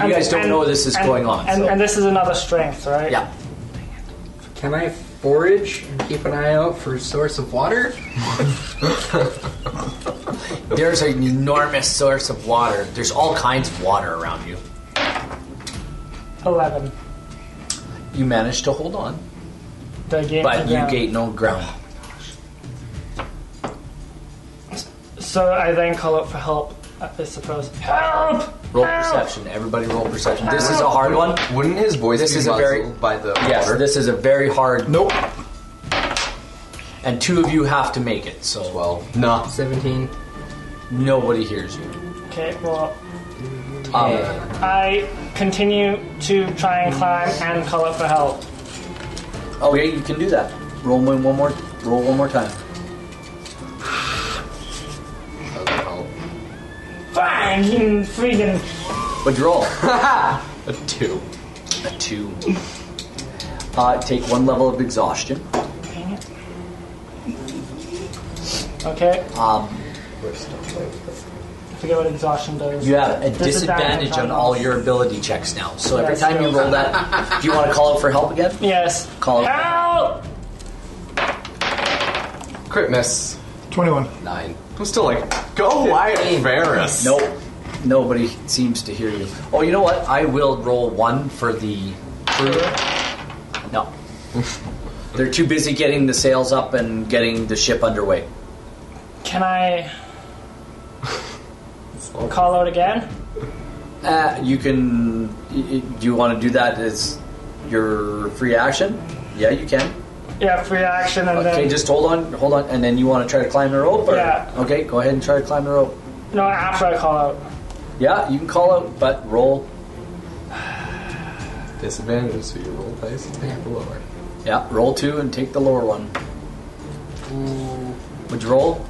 Speaker 2: And-
Speaker 1: guys don't
Speaker 2: and-
Speaker 1: know this is
Speaker 2: and-
Speaker 1: going on.
Speaker 2: And,
Speaker 1: so-
Speaker 2: and this is another strength, right?
Speaker 1: yeah.
Speaker 5: Can I forage and keep an eye out for source of water?
Speaker 1: There's an enormous source of water. There's all kinds of water around you.
Speaker 2: Eleven.
Speaker 1: You manage to hold on,
Speaker 2: The game.
Speaker 1: but you
Speaker 2: yeah.
Speaker 1: gate no ground.
Speaker 2: So I then call out for help. I suppose. Help!
Speaker 1: Roll
Speaker 2: Help!
Speaker 1: perception. Everybody roll perception. This is a hard one.
Speaker 4: Wouldn't his voice
Speaker 1: This
Speaker 4: be
Speaker 1: is a very-
Speaker 4: muzzled by the
Speaker 1: Yes,
Speaker 4: water?
Speaker 1: this is a very hard,
Speaker 6: Nope.
Speaker 1: and two of you have to make it. So uh,
Speaker 4: well, nah.
Speaker 5: 17.
Speaker 1: nobody hears you.
Speaker 2: Okay, well,
Speaker 1: Um,
Speaker 2: I continue to try and climb and call out for help.
Speaker 1: Oh yeah, you can do that. Roll one, one more. Roll one more time.
Speaker 4: Doesn't help.
Speaker 2: Bang! You freaking.
Speaker 1: But roll
Speaker 4: <laughs> A two.
Speaker 1: a two. Uh, take one level of exhaustion.
Speaker 2: Dang it. Okay,
Speaker 1: Um,
Speaker 2: I forget what exhaustion does.
Speaker 1: you have a
Speaker 2: Disadvantage
Speaker 1: disadvantage on all your ability checks now. So every time you roll that, do you want to call out for help again?
Speaker 2: Yes.
Speaker 1: Call out.
Speaker 2: Help!
Speaker 4: Crit miss.
Speaker 6: 21.
Speaker 3: Nine.
Speaker 4: I'm still like, go Wyatt Ferris.
Speaker 1: Nope. Nobody seems to hear you. Oh, you know what? I will roll one for the crew. No. They're too busy getting the sails up and getting the ship underway.
Speaker 2: Can I call out again?
Speaker 1: Uh, you can. y- y- Do you want to do that as your free action? Yeah, you can.
Speaker 2: Yeah, free action and
Speaker 1: Okay,
Speaker 2: then.
Speaker 1: just hold on, hold on, and then you want to try to climb the rope? Or?
Speaker 2: Yeah.
Speaker 1: Okay, go ahead and try to climb the rope.
Speaker 2: no, after I call out.
Speaker 1: Yeah, you can call out, but roll.
Speaker 4: Disadvantage, so you roll dice and pick the lower.
Speaker 1: Yeah, roll two and take the lower one. Would you roll?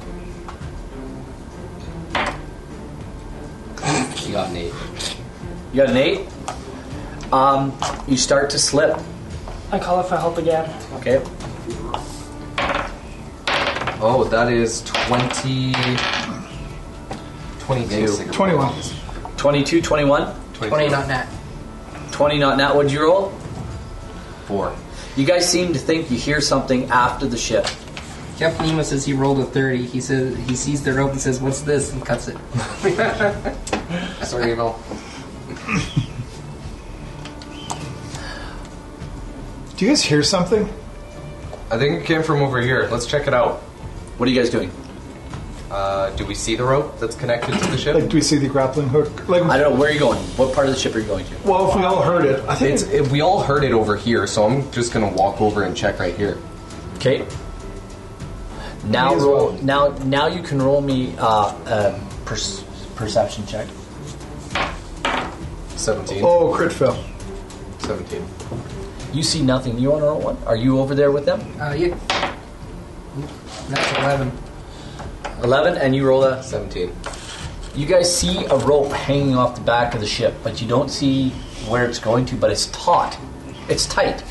Speaker 3: You got an eight.
Speaker 1: You got an eight. Um, you start to slip.
Speaker 2: I call out for help again.
Speaker 1: Okay.
Speaker 4: Oh, that is 20. 22.
Speaker 6: 21.
Speaker 1: 22, 21.
Speaker 5: 20, not nat.
Speaker 1: 20 not now. Would you roll?
Speaker 4: Four.
Speaker 1: You guys seem to think you hear something after the ship.
Speaker 5: Captain Nemo says he rolled a 30. He says he sees the rope and says, "What's this?" and cuts it.
Speaker 4: Sorry, Emil.
Speaker 6: Do you guys hear something?
Speaker 4: I think it came from over here. Let's check it out.
Speaker 9: What are you guys doing?
Speaker 4: Uh, do we see the rope that's connected to the
Speaker 6: Like,
Speaker 4: ship?
Speaker 6: do we see the grappling hook? Like,
Speaker 9: I don't know. Where are you going? What part of the ship are you going to?
Speaker 6: well, if we all heard it, I think
Speaker 4: It's, it, we all heard it over here, so I'm just gonna walk over and check right here.
Speaker 1: Okay. Now
Speaker 6: Me as
Speaker 1: roll.
Speaker 6: well.
Speaker 1: Now, now you can roll me. Uh,
Speaker 9: Uh, perce- perception check.
Speaker 4: 17.
Speaker 6: Oh, crit fail.
Speaker 4: 17.
Speaker 1: you see nothing. You want to roll one? Are you over there with them?
Speaker 5: Uh, yeah. That's 11.
Speaker 1: Eleven, and you roll a.
Speaker 4: 17.
Speaker 1: You guys see a rope hanging off the back of the ship, but you don't see where it's going to. But it's taut. It's tight.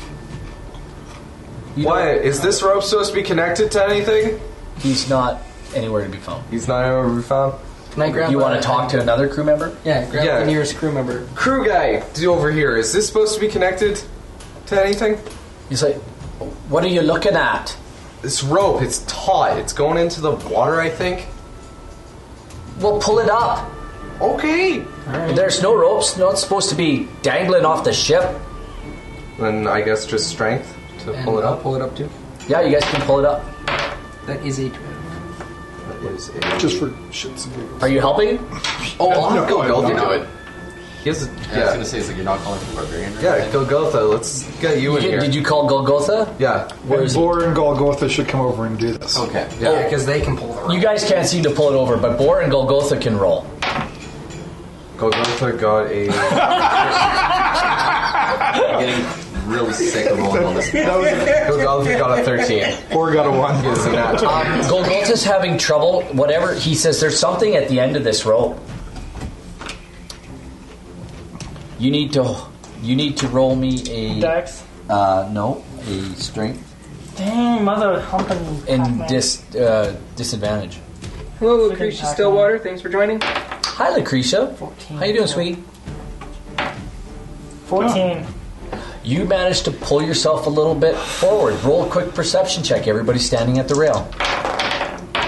Speaker 1: You
Speaker 4: Why?
Speaker 1: don't-
Speaker 4: Is this rope supposed to be connected to anything?
Speaker 1: He's not anywhere to be found.
Speaker 4: He's not ever found.
Speaker 5: Can I grab
Speaker 1: You want
Speaker 5: uh,
Speaker 1: to talk to another crew member?
Speaker 5: Yeah, grab
Speaker 4: Yeah.
Speaker 5: the nearest crew member.
Speaker 4: Crew guy d- over here, is this supposed to be connected to anything?
Speaker 1: He's like, "What are you looking at?"
Speaker 4: This rope, it's taut. It's going into the water, I think.
Speaker 1: Well, pull it up.
Speaker 4: Okay.
Speaker 1: There's no ropes. Not supposed to be dangling off the ship.
Speaker 4: Then I guess just strength to
Speaker 5: And
Speaker 4: pull it
Speaker 5: I'll
Speaker 4: up.
Speaker 5: pull it up too.
Speaker 1: Yeah, you guys can pull it up.
Speaker 5: That is a 12.
Speaker 4: That is a-
Speaker 6: Just for shits and giggles.
Speaker 1: Are you helping?
Speaker 4: Oh, I'll have
Speaker 6: No,
Speaker 4: Golgotha
Speaker 6: no.
Speaker 4: do it. He has a.
Speaker 3: I was gonna
Speaker 4: Yeah,
Speaker 3: say it's like you're not calling for barbarian. Or
Speaker 4: yeah
Speaker 3: anything.
Speaker 4: Golgotha, let's get you in
Speaker 1: Did,
Speaker 4: here.
Speaker 1: did you call Golgotha?
Speaker 4: Yeah.
Speaker 1: Where is it?
Speaker 6: Bor and Golgotha should come over and do this.
Speaker 3: Okay.
Speaker 4: Oh,
Speaker 5: Yeah, because they can pull the rope.
Speaker 1: You guys can't seem to pull it over, but Bor and Golgotha can roll.
Speaker 4: Golgotha got a.
Speaker 3: I'm getting really sick of rolling on
Speaker 6: <laughs>
Speaker 3: this.
Speaker 6: That was
Speaker 4: Golgotha got a 13.
Speaker 6: Bor got a one.
Speaker 4: It's a nat <laughs> 20.
Speaker 1: Um, Golgotha's having trouble. Whatever he says, there's something at the end of this rope. You need to, you need to roll me a
Speaker 2: Dex.
Speaker 9: Uh, no, a strength.
Speaker 2: Dang, mother humping.
Speaker 1: in
Speaker 2: Pac-Man.
Speaker 1: dis uh, disadvantage.
Speaker 5: Hello,
Speaker 2: Lucretia Stillwater.
Speaker 5: Thanks for joining.
Speaker 1: Hi, Lucretia. How you doing, sweetie?
Speaker 2: 14.
Speaker 1: You managed to pull yourself a little bit forward. Roll a quick perception check. Everybody's standing at the rail.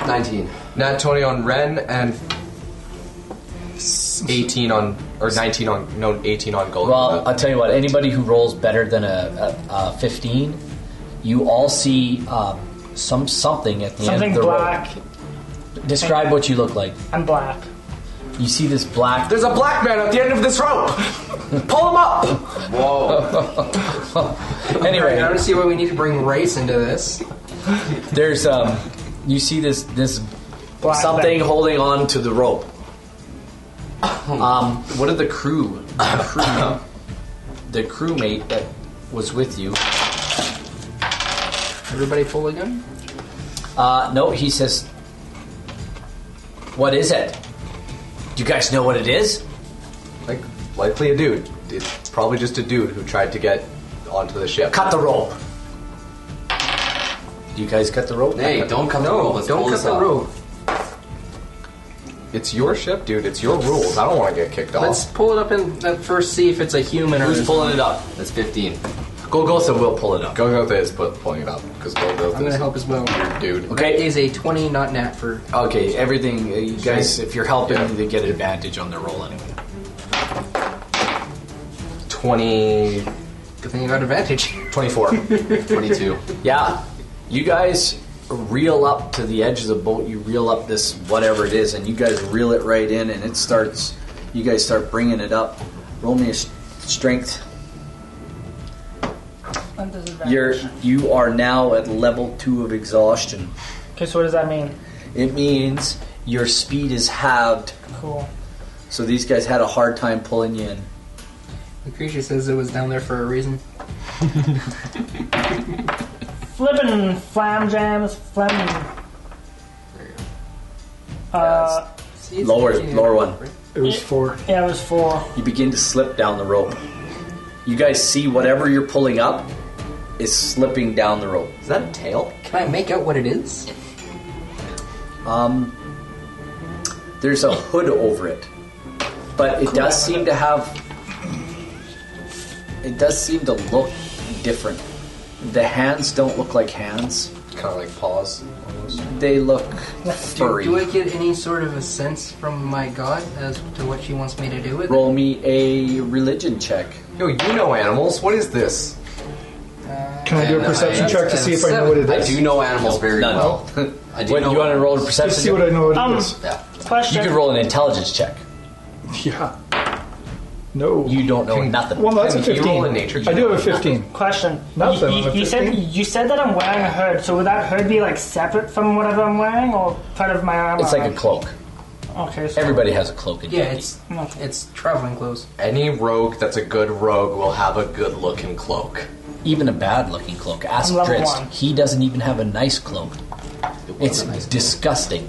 Speaker 4: 19. Nat 20 on Ren and 18 on or 19 on no 18 on gold.
Speaker 1: Well, I'll tell you what. Anybody who rolls better than a, a, a fifteen, you all see um, some something at the
Speaker 2: Something
Speaker 1: end of the
Speaker 2: black
Speaker 1: rope. Describe what you look like.
Speaker 2: and black.
Speaker 1: You see this black.
Speaker 4: there's a black man at the end of this rope. Pull him up.
Speaker 3: Whoa.
Speaker 5: Anyway, I
Speaker 1: Anyway,
Speaker 5: don't see why we need to bring race into this.
Speaker 1: there's um, you see this this
Speaker 2: Black
Speaker 1: something holding on to the rope. Um, what did the crew, the crew, <coughs> the crewmate that was with you?
Speaker 5: Everybody full again?
Speaker 1: Uh, no, he says. What is it? Do you guys know what it is?
Speaker 4: Like likely a dude. It's probably just a dude who tried to get onto the ship.
Speaker 1: Cut the rope. You guys cut the rope?
Speaker 3: Hey, don't
Speaker 1: Oh,
Speaker 3: cut the rope.
Speaker 4: No,
Speaker 3: Let's
Speaker 4: don't
Speaker 3: pull
Speaker 4: cut
Speaker 3: this
Speaker 4: the
Speaker 3: off.
Speaker 4: rope. It's your ship, dude. It's your rules. I don't want to get kicked off.
Speaker 5: Let's pull it up and uh, first see if it's a human or
Speaker 1: Who's pulling it up?
Speaker 3: That's 15.
Speaker 1: Golgotha will pull it up.
Speaker 4: Golgotha is put, pulling it up because Golgotha
Speaker 5: I'm gonna
Speaker 4: is
Speaker 5: help as well.
Speaker 4: a dude.
Speaker 5: That
Speaker 1: Okay.
Speaker 5: is a 20, not nat for.
Speaker 1: Okay, everything, uh, you guys, if you're helping,
Speaker 4: Yeah.
Speaker 1: they get advantage on their roll anyway.
Speaker 4: Twenty.
Speaker 5: Good thing you got advantage. <laughs>
Speaker 1: 24.
Speaker 3: 22.
Speaker 1: Yeah. You guys reel up to the edge of the boat. You reel up this whatever it is, and you guys reel it right in, and it starts. You guys start bringing it up. Roll me a s- strength. You're you are now at level two of exhaustion.
Speaker 2: Okay, so what does that mean?
Speaker 1: It means your speed is halved.
Speaker 2: Cool.
Speaker 1: So these guys had a hard time pulling you in.
Speaker 5: The creature says it was down there for a reason.
Speaker 2: Flippin' flam jams, flam. Uh,
Speaker 5: See, it's
Speaker 1: Lower-
Speaker 5: 15.
Speaker 1: lower one.
Speaker 6: It was four.
Speaker 2: yeah, it was four.
Speaker 1: You begin to slip down the rope. You guys see whatever you're pulling up is slipping down the rope.
Speaker 4: Is that a tail?
Speaker 5: Can I make out what it is?
Speaker 1: Um, there's a hood over it, but it does seem to have. It does seem to look different. The hands don't look like hands.
Speaker 4: Kind of like paws, almost.
Speaker 1: They look
Speaker 5: Do,
Speaker 1: furry.
Speaker 5: do I get any sort of a sense from my god as to what she wants me to do with it?
Speaker 1: Roll me a religion check.
Speaker 4: Yo, you know animals. What is this?
Speaker 6: Can I do a
Speaker 3: And
Speaker 6: perception
Speaker 3: I-
Speaker 6: check to
Speaker 3: and
Speaker 6: see if I know what it
Speaker 3: I
Speaker 6: is?
Speaker 3: do know animals very
Speaker 1: None.
Speaker 3: well. <laughs> I do
Speaker 1: What,
Speaker 3: know
Speaker 1: you want to roll a
Speaker 6: Let's see
Speaker 1: perception?
Speaker 6: what I know what it
Speaker 2: Um,
Speaker 6: is.
Speaker 3: Yeah.
Speaker 2: Question.
Speaker 1: You could roll an intelligence check.
Speaker 6: Yeah. No.
Speaker 1: You don't know nothing.
Speaker 6: well, that's a
Speaker 4: Can you
Speaker 6: 15.
Speaker 4: roll a nature
Speaker 6: I
Speaker 4: check?
Speaker 6: do have a 15.
Speaker 2: Question.
Speaker 6: Nothing,
Speaker 2: You, you-
Speaker 6: I'm
Speaker 2: you said
Speaker 6: 15.
Speaker 2: you said that I'm wearing a hood, so would that hood be like separate from whatever I'm wearing, or part of my armor?
Speaker 1: It's like a cloak.
Speaker 2: Okay. So,
Speaker 1: Everybody has a cloak in
Speaker 5: Yeah,
Speaker 1: D&D.
Speaker 5: it's
Speaker 2: Okay.
Speaker 5: it's traveling clothes.
Speaker 4: Any rogue that's a good rogue will have a good looking cloak.
Speaker 1: even a bad looking cloak. Ask
Speaker 2: I'm level
Speaker 1: Dritz.
Speaker 2: one.
Speaker 1: He doesn't even have a nice cloak. It's disgusting.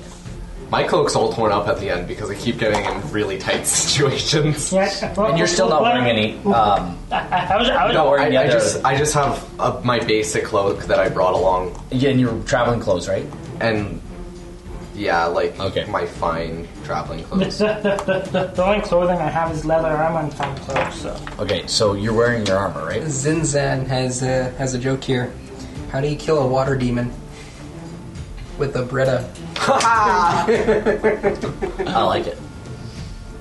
Speaker 4: My cloak's all torn up at the end because I keep getting in really
Speaker 3: <laughs>
Speaker 4: tight situations.
Speaker 2: yeah, well,
Speaker 1: And you're still not
Speaker 2: well,
Speaker 1: wearing any. Um,
Speaker 2: I, I was, I was,
Speaker 1: Don't worry.
Speaker 4: I,
Speaker 1: any
Speaker 4: I
Speaker 1: other-
Speaker 4: just I just have uh my basic cloak that I brought along,
Speaker 1: yeah, and you're traveling clothes, right?
Speaker 4: and yeah, like
Speaker 1: Okay.
Speaker 4: my fine traveling
Speaker 1: <laughs>
Speaker 4: clothes.
Speaker 2: The only clothing I have is leather armor and fun clothes. So
Speaker 1: Okay, so you're wearing your armor, right?
Speaker 5: Zinzan has a, has a joke here. How do you kill a water demon? With a Brita.
Speaker 1: I like it.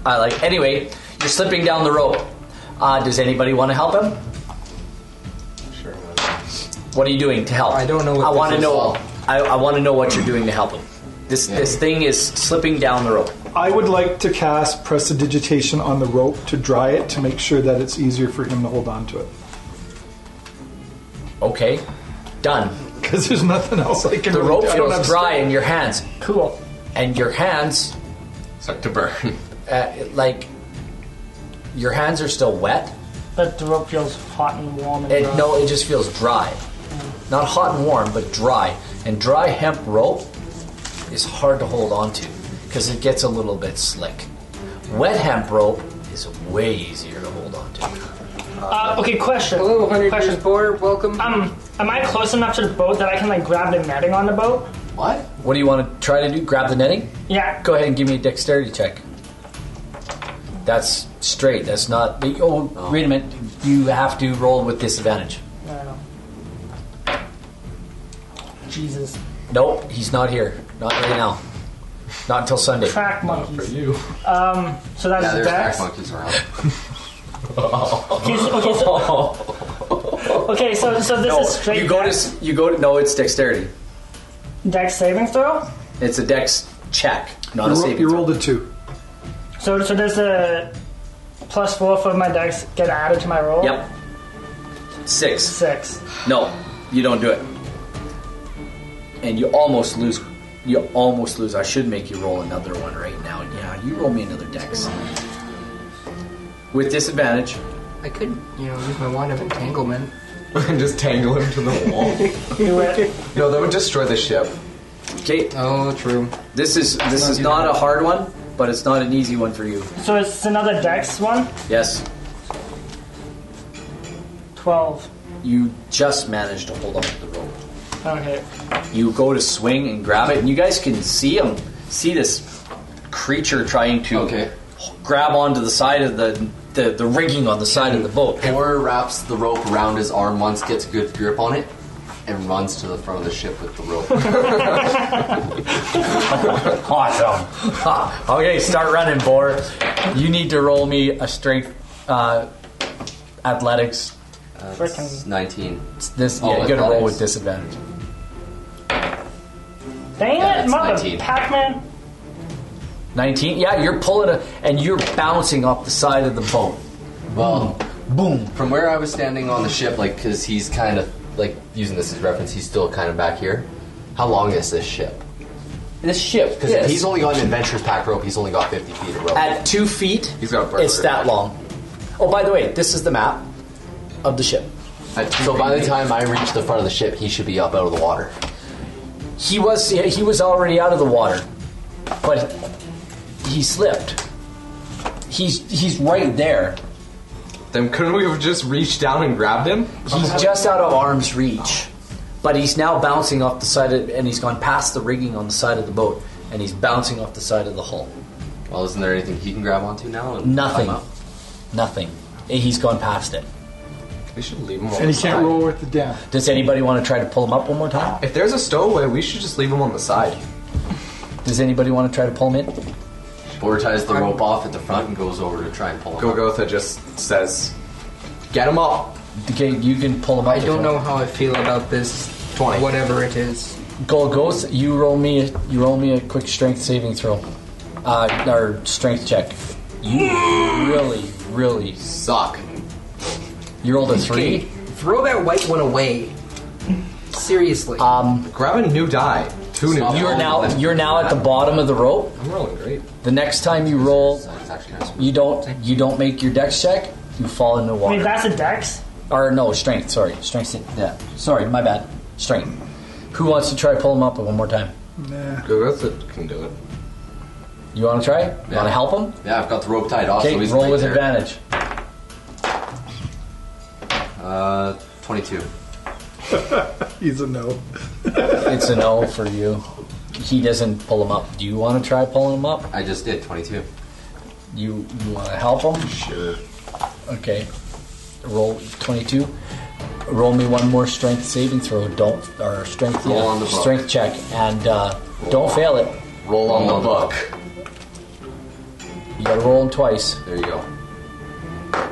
Speaker 1: I like. Anyway, you're slipping down the rope. Uh, does anybody want to help him?
Speaker 4: sure.
Speaker 1: What are you doing to help?
Speaker 5: I don't know what
Speaker 1: I
Speaker 5: this
Speaker 1: want to
Speaker 5: is.
Speaker 1: know. I, I want to know what you're doing to help him. This
Speaker 3: Yeah.
Speaker 1: this thing is slipping down the rope.
Speaker 6: I would like to cast Prestidigitation on the rope to dry it to make sure that it's easier for him to hold on to it.
Speaker 1: Okay, done.
Speaker 6: Because there's nothing else I can
Speaker 1: The
Speaker 6: really
Speaker 1: rope
Speaker 6: do. I don't
Speaker 1: feels
Speaker 6: have
Speaker 1: dry in your hands,
Speaker 2: cool.
Speaker 1: and your hands
Speaker 4: Suck to
Speaker 3: <laughs>
Speaker 4: burn.
Speaker 1: uh, it- like your hands are still wet.
Speaker 2: But the rope feels hot and warm and
Speaker 1: It,
Speaker 2: dry.
Speaker 1: no, it just feels dry, not hot and warm, but dry. And dry hemp rope is hard to hold on to because it gets a little bit slick. Wet hemp rope is way easier to hold on to.
Speaker 2: Uh, okay, question.
Speaker 5: Hello, 100
Speaker 2: question.
Speaker 5: years boar, welcome.
Speaker 2: Um, am I close enough to the boat that I can like grab the netting on the boat?
Speaker 3: What?
Speaker 1: What do you want to try to do? Grab the netting?
Speaker 2: Yeah.
Speaker 1: Go ahead and give me a dexterity check. That's straight. That's not. Oh, wait a minute. You have to roll with disadvantage.
Speaker 2: I don't know. Jesus.
Speaker 1: Nope, he's not here. Not right now. Not until Sunday.
Speaker 2: Track monkeys. Um,
Speaker 4: you.
Speaker 2: So that's
Speaker 3: Yeah, there's pack
Speaker 2: dex.
Speaker 3: monkeys around.
Speaker 2: Okay, so, okay, so, okay, so, so this
Speaker 1: No,
Speaker 2: is straight
Speaker 1: Oh, you go to
Speaker 2: dex,
Speaker 1: s- you go to no. It's dexterity.
Speaker 2: dex saving throw.
Speaker 1: It's a dex check, not a
Speaker 6: You, ro-
Speaker 1: saving.
Speaker 6: you
Speaker 1: throw.
Speaker 6: rolled a two.
Speaker 2: So so does a plus four for my dex get added to my roll?
Speaker 1: Yep. Six.
Speaker 2: Six.
Speaker 1: No, you don't do it. And you almost lose. You almost lose. I should make you roll another one right now. Yeah, you roll me another dex with disadvantage.
Speaker 5: I could, you know, use my wand of entanglement.
Speaker 4: and just tangle him to the wall.
Speaker 2: Do it.
Speaker 4: no, that would destroy the ship.
Speaker 1: Okay,
Speaker 5: Oh, true.
Speaker 1: this is this
Speaker 5: not
Speaker 1: is
Speaker 5: do
Speaker 1: not
Speaker 5: that.
Speaker 1: a hard one, but it's not an easy one for you.
Speaker 2: So it's another dex one.
Speaker 1: Yes,
Speaker 2: Twelve.
Speaker 1: you just managed to hold on to the rope.
Speaker 2: Okay.
Speaker 1: You go to swing and grab it, and you guys can see him, see this creature trying to
Speaker 3: Okay.
Speaker 1: grab onto the side of the, the the rigging on the side of the boat.
Speaker 3: Boar wraps the rope around his arm once, gets a good grip on it, and runs to the front of the ship with the rope.
Speaker 1: <laughs> Awesome. Ha. <laughs> okay, start running, Boar. You need to roll me a strength uh, athletics.
Speaker 2: Freaking.
Speaker 3: 19.
Speaker 1: It's This
Speaker 3: Oh,
Speaker 1: yeah, you're gonna roll with
Speaker 3: athletics.
Speaker 1: disadvantage.
Speaker 2: Dang
Speaker 3: Yeah,
Speaker 2: it,
Speaker 3: it's
Speaker 2: mother
Speaker 3: 19.
Speaker 2: Pac-Man.
Speaker 1: 19. Yeah, you're pulling a, and you're bouncing off the side of the boat.
Speaker 3: Well,
Speaker 1: Boom.
Speaker 3: from where I was standing on the ship, like, because he's kind of, like, using this as reference, he's still kind of back here. How long is this ship?
Speaker 1: This ship.
Speaker 3: Because
Speaker 1: yes.
Speaker 3: he's only got an adventurer's pack rope, he's only got 50 feet of rope.
Speaker 1: at two feet.
Speaker 4: He's got a burglar.
Speaker 1: It's that long. Oh, by the way, this is the map of the ship.
Speaker 3: so by the time I reach the front of the ship, he should be up out of the water.
Speaker 1: He was yeah, he was already out of the water, but he slipped. He's he's right there.
Speaker 4: Then couldn't we have just reached down and grabbed him?
Speaker 1: He's just out of arm's reach, but he's now bouncing off the side of, and he's gone past the rigging on the side of the boat, and he's bouncing off the side of the hull.
Speaker 3: Well, isn't
Speaker 4: Uh-huh.
Speaker 3: there anything he can grab onto now? and
Speaker 1: Nothing,
Speaker 3: climb up?
Speaker 1: nothing. He's gone past it.
Speaker 4: They should leave him. on
Speaker 6: And
Speaker 4: the
Speaker 6: he can't
Speaker 4: side.
Speaker 6: roll with the down.
Speaker 9: Does anybody want to try to pull him up one more time?
Speaker 4: If there's a stowaway, we should just leave him on the side.
Speaker 9: Does anybody want to try to pull him in?
Speaker 3: Boar ties the rope off at the front and goes over to try and pull him. up.
Speaker 4: Golgotha just says, "Get him up."
Speaker 9: Okay, you can pull him up.
Speaker 5: I
Speaker 9: if
Speaker 5: don't
Speaker 9: you
Speaker 5: know
Speaker 9: want.
Speaker 5: how I feel about this.
Speaker 4: 20.
Speaker 5: Whatever it is.
Speaker 9: Golgotha, you roll me. A, you roll me a quick strength saving throw, uh, or strength check. You really, really.
Speaker 4: Suck.
Speaker 9: You rolled a three.
Speaker 5: Throw that white one away. Seriously.
Speaker 9: Um,
Speaker 4: Grab a new die. Two new.
Speaker 3: Stop.
Speaker 4: dice.
Speaker 9: you're now you're now at the bottom of the rope.
Speaker 4: I'm rolling great.
Speaker 9: The next time you roll,
Speaker 3: It's actually nice.
Speaker 9: you don't you don't make your dex check. You fall into
Speaker 2: I mean,
Speaker 9: water.
Speaker 2: that's a dex.
Speaker 9: Or no, strength. Sorry, strength. sa- Yeah, sorry, my bad. Strength. Who wants to try pull him up one more time?
Speaker 4: Golgotha can do it.
Speaker 9: You want to try? You
Speaker 3: Yeah.
Speaker 9: Want to help him?
Speaker 3: Yeah, I've got the rope tied off,
Speaker 9: Okay,
Speaker 3: so he's
Speaker 9: roll
Speaker 3: right
Speaker 9: with
Speaker 3: there.
Speaker 9: advantage.
Speaker 3: Uh, 22.
Speaker 6: He's a no.
Speaker 9: It's a no for you. He doesn't pull him up. Do you want to try pulling him up?
Speaker 3: I just did 22.
Speaker 9: You, you want to help him?
Speaker 4: Sure.
Speaker 9: Okay. Roll 22. Roll me one more strength saving throw. Don't or strength
Speaker 3: Roll
Speaker 9: yeah,
Speaker 3: on the book.
Speaker 9: strength check and uh, don't fail it.
Speaker 4: Roll on the book.
Speaker 9: You got to roll him twice.
Speaker 4: There you go.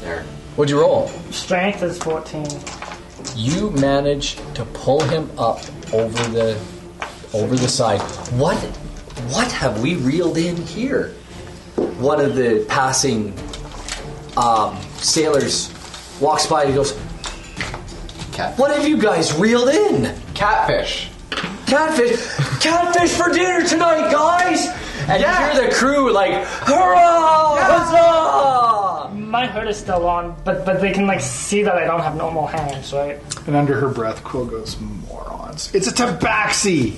Speaker 3: There.
Speaker 9: What'd you roll?
Speaker 2: Strength is 14.
Speaker 9: You manage to pull him up over the over the side.
Speaker 1: What what have we reeled in here? One of the passing um, sailors walks by and he goes,
Speaker 3: Cat.
Speaker 1: What have you guys reeled in?
Speaker 4: Catfish.
Speaker 1: Catfish catfish for dinner tonight, guys! And you hear the crew like, Hurrah! Huzzah!
Speaker 2: My hood is still on, but but they can like see that I don't have normal hands, right?
Speaker 6: And under her breath, Quill goes, morons. It's a tabaxi!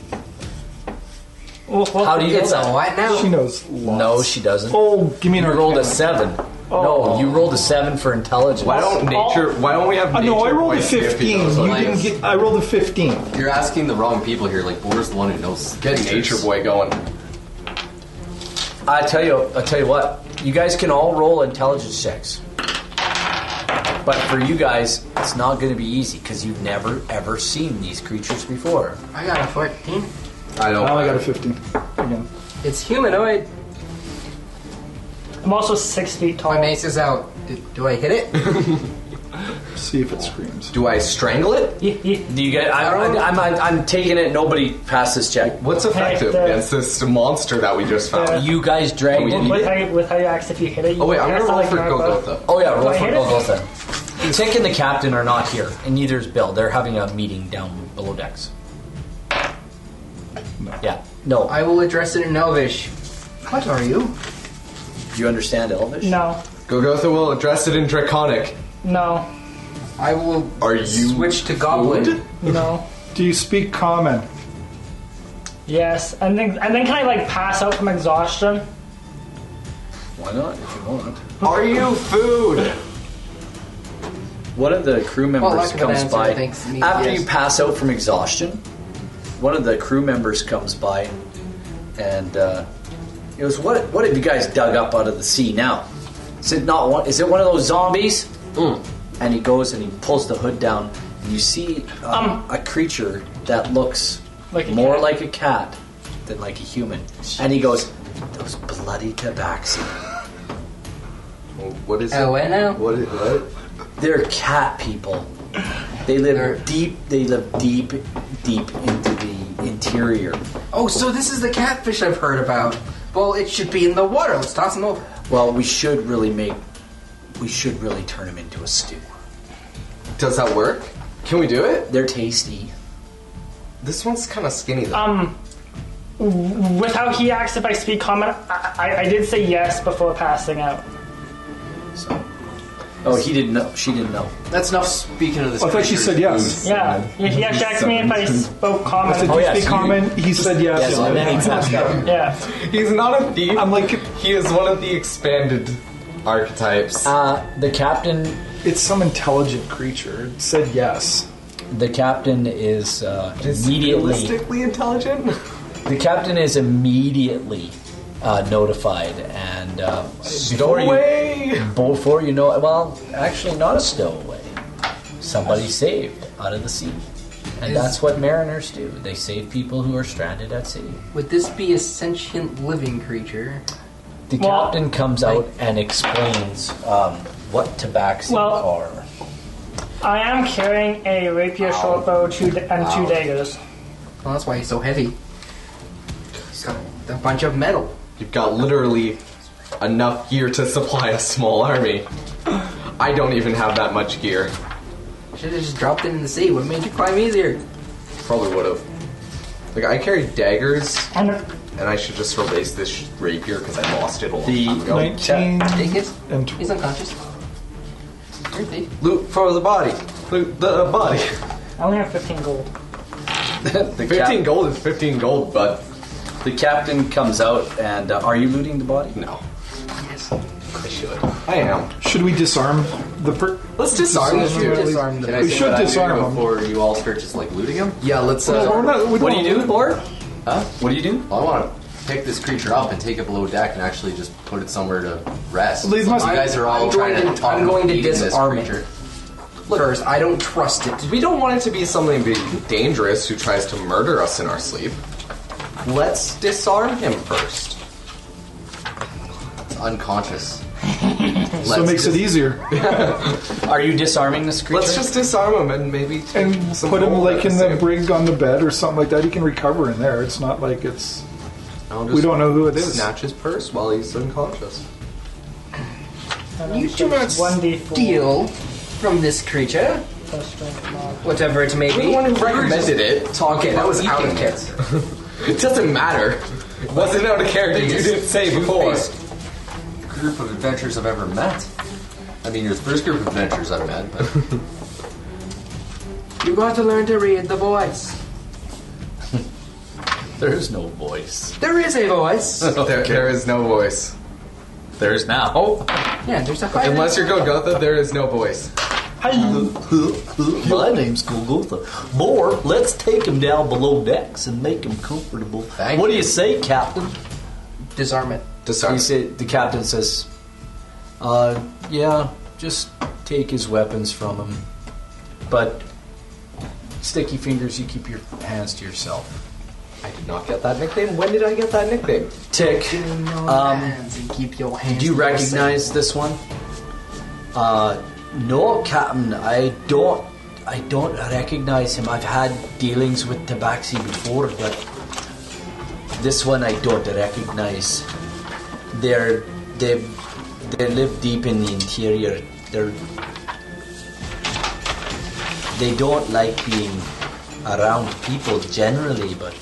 Speaker 2: Oh, oh,
Speaker 1: How do you
Speaker 9: It's
Speaker 1: know
Speaker 9: a
Speaker 1: that?
Speaker 9: what now?
Speaker 6: She knows lots.
Speaker 1: No, she doesn't.
Speaker 6: Oh, give me an
Speaker 1: You rolled
Speaker 6: arcana.
Speaker 1: a seven. No, you rolled a seven for intelligence.
Speaker 4: Why don't nature? Why don't we have?
Speaker 6: Uh,
Speaker 4: nature
Speaker 6: no, I rolled a
Speaker 4: point fifty
Speaker 6: 15.
Speaker 4: those
Speaker 6: You
Speaker 4: on
Speaker 6: didn't
Speaker 4: these?
Speaker 6: get. I rolled a 15.
Speaker 3: You're asking the wrong people here. Like, Boar's the one who knows.
Speaker 4: Get nature boy going.
Speaker 1: I tell you, I tell you what, you guys can all roll intelligence checks, but for you guys, it's not going to be easy because you've never ever seen these creatures before.
Speaker 5: I got a 14.
Speaker 4: I don't.
Speaker 6: Now I got a 15. Again.
Speaker 5: It's humanoid.
Speaker 2: I'm also six feet tall.
Speaker 5: My mace is out. Do, do I hit it?
Speaker 6: See if it screams.
Speaker 4: Do I strangle it?
Speaker 2: Yeah, yeah.
Speaker 1: Do you guys? I'm, I'm, I'm, I'm taking it. Nobody passed this check.
Speaker 4: What's effective
Speaker 2: the-
Speaker 4: against this monster that we just found?
Speaker 1: You guys dragged
Speaker 4: We
Speaker 1: it.
Speaker 4: didn't-
Speaker 2: With how, you, with how you asked if you hit it. You
Speaker 4: Oh wait, I'm
Speaker 2: I
Speaker 4: gonna
Speaker 2: still
Speaker 4: roll
Speaker 2: like
Speaker 4: for
Speaker 2: remember.
Speaker 4: Golgotha.
Speaker 1: Oh yeah,
Speaker 2: Do
Speaker 1: roll
Speaker 2: I
Speaker 1: for
Speaker 2: hit it?
Speaker 1: Golgotha. Tick and the captain are not here, and neither is Bill. They're having a meeting down below decks. Yeah. No.
Speaker 5: I will address it in Elvish. What are you?
Speaker 1: do you understand Elvish?
Speaker 2: No,
Speaker 4: Golgotha will address it in Draconic.
Speaker 2: no,
Speaker 5: I will
Speaker 4: Are you
Speaker 5: switch to goblin.
Speaker 4: food?
Speaker 2: no.
Speaker 6: Do you speak common?
Speaker 2: yes, and then and then can I like pass out from exhaustion?
Speaker 1: Why not? If you want.
Speaker 4: Are you food?
Speaker 1: One of the crew members
Speaker 5: lack of an
Speaker 1: comes
Speaker 5: answer,
Speaker 1: by
Speaker 5: thanks, me,
Speaker 1: after
Speaker 5: yes.
Speaker 1: you pass out from exhaustion. One of the crew members comes by, and uh, he goes, "What? What have you guys dug up out of the sea now? Is it not one? Is it one of those zombies?"
Speaker 2: Hmm.
Speaker 1: And he goes and he pulls the hood down, and you see um,
Speaker 2: Um.
Speaker 1: a creature that looks
Speaker 2: Like a
Speaker 1: more
Speaker 2: cat.
Speaker 1: like a cat than like a human. And he goes, "Those bloody tabaxi!
Speaker 4: What is it?
Speaker 5: Oh, I know.
Speaker 4: What is what?
Speaker 1: They're cat people." They live
Speaker 5: They're-
Speaker 1: deep. They live deep, deep into the interior.
Speaker 5: Oh, so this is the catfish I've heard about. Well, it should be in the water. Let's toss him over.
Speaker 1: Well, we should really make. We should really turn them into a stew.
Speaker 4: Does that work? Can we do it?
Speaker 1: They're tasty.
Speaker 4: This one's kind of skinny though.
Speaker 2: Um, w- with how he acts if I speak common, I, I, I did say yes before passing out.
Speaker 1: So. Oh, he didn't know. She didn't know.
Speaker 3: That's enough speaking of this
Speaker 6: I thought she
Speaker 3: creature's
Speaker 6: said yes.
Speaker 2: Yeah, yeah he actually asked me if I
Speaker 4: <laughs>
Speaker 2: spoke common.
Speaker 6: I said, do
Speaker 1: Oh,
Speaker 6: you
Speaker 1: yes,
Speaker 6: speak
Speaker 1: you-
Speaker 6: common? He said yes.
Speaker 1: Yes, and then he passed out.
Speaker 2: yeah,
Speaker 4: He's not a thief.
Speaker 6: I'm like,
Speaker 4: he is one of the expanded archetypes.
Speaker 1: Uh, the captain.
Speaker 6: it's some intelligent creature. It said yes.
Speaker 1: The captain is uh,
Speaker 4: Is he
Speaker 1: immediately
Speaker 4: realistically intelligent.
Speaker 1: The captain is immediately uh, notified, and uh, before you before you know, well, actually, not a stowaway. Somebody saved out of the sea, and
Speaker 5: Is-
Speaker 1: that's what mariners do. They save people who are stranded at sea.
Speaker 5: Would this be a sentient living creature?
Speaker 1: The
Speaker 2: Well,
Speaker 1: captain comes out and explains um, what tabaxi
Speaker 2: Well-
Speaker 1: are.
Speaker 2: I am carrying a rapier, short bow, two da- and two daggers.
Speaker 5: Well, that's why he's so heavy. He's got a bunch of metal.
Speaker 4: You've got literally enough gear to supply a small army. I don't even have that much gear.
Speaker 5: Should have just dropped it in the sea. Would have made you climb easier.
Speaker 4: Probably would have. Like I carry daggers,
Speaker 2: And
Speaker 4: and I should just erase this sh- rapier because I lost it a long
Speaker 9: The-
Speaker 4: time ago.
Speaker 6: Nineteen
Speaker 5: Take it.
Speaker 6: and tw-
Speaker 5: He's unconscious. You're a thief.
Speaker 4: Loot for the body. Loot the body.
Speaker 2: I only have 15 gold.
Speaker 9: <laughs> the,
Speaker 4: Fifteen
Speaker 9: cap-
Speaker 4: gold is fifteen gold, but
Speaker 9: the captain comes out and uh, are you looting the body?
Speaker 4: no. I should. I am.
Speaker 6: should we disarm the per-
Speaker 4: Let's disarm this
Speaker 5: You
Speaker 4: dude.
Speaker 5: disarm
Speaker 3: Can
Speaker 5: the
Speaker 3: I
Speaker 6: We
Speaker 3: say
Speaker 6: should
Speaker 3: what I'm
Speaker 6: disarm
Speaker 3: doing
Speaker 6: him.
Speaker 3: before you all start just like looting him?
Speaker 4: Yeah, let's. Uh,
Speaker 6: We're not- we
Speaker 9: What do
Speaker 6: don't-
Speaker 9: you do, Lord? Huh? What do you do?
Speaker 3: Well, I want to pick this creature up and take it below deck and actually just put it somewhere to rest.
Speaker 6: These must-
Speaker 3: you guys are all
Speaker 5: I'm
Speaker 3: trying
Speaker 5: going
Speaker 3: to.
Speaker 5: to-
Speaker 3: talk
Speaker 5: I'm going to
Speaker 3: eating this
Speaker 5: disarm it.
Speaker 3: creature.
Speaker 5: First, I don't trust it.
Speaker 4: we don't want it to be something be dangerous who tries to murder us in our sleep. Let's disarm him first.
Speaker 3: It's unconscious.
Speaker 6: So it makes it easier.
Speaker 9: Are you disarming this creature?
Speaker 4: Let's just disarm him and maybe take <laughs>
Speaker 6: And
Speaker 4: some
Speaker 6: put him
Speaker 4: gold
Speaker 6: like
Speaker 4: at
Speaker 6: in the
Speaker 4: same-
Speaker 6: brig on the bed or something like that. He can recover in there. It's not like it's.
Speaker 4: I'll
Speaker 6: We don't know who it is.
Speaker 4: Snatch his purse while he's unconscious.
Speaker 5: You do not
Speaker 2: 1d4.
Speaker 5: steal from this creature,
Speaker 2: plus strength mod.
Speaker 5: whatever it may
Speaker 4: The one
Speaker 5: be.
Speaker 4: who recommended it. <laughs>
Speaker 5: Okay, that was out of character.
Speaker 4: It doesn't matter. It wasn't out of character. You didn't say before.
Speaker 3: Group of adventures I've ever met. I mean, you're the first group of adventures I've met, but
Speaker 5: You got to learn to read the voice.
Speaker 1: There is no voice.
Speaker 5: There is a
Speaker 4: <laughs>
Speaker 5: voice.
Speaker 4: There, there is no voice.
Speaker 1: There is now.
Speaker 5: <laughs> yeah, there's a high.
Speaker 4: Unless you're Golgotha, there is no voice.
Speaker 1: My name's Golgotha. More, let's take him down below decks and make him comfortable.
Speaker 3: Thank
Speaker 1: what do you say, Captain?
Speaker 5: disarm it.
Speaker 4: Disarm.
Speaker 1: He said, the captain says, uh, yeah, just take his weapons from him. But, sticky fingers, you keep your hands to yourself.
Speaker 4: I did not get that nickname. When did I get that nickname?
Speaker 1: Tick, um,
Speaker 5: hands and keep your hands.
Speaker 1: do you recognize this one? Uh, no, Captain, I don't. I don't recognize him. I've had dealings with Tabaxi before, but this one I don't recognize. They're they they live deep in the interior. They're they don't like being around people generally, but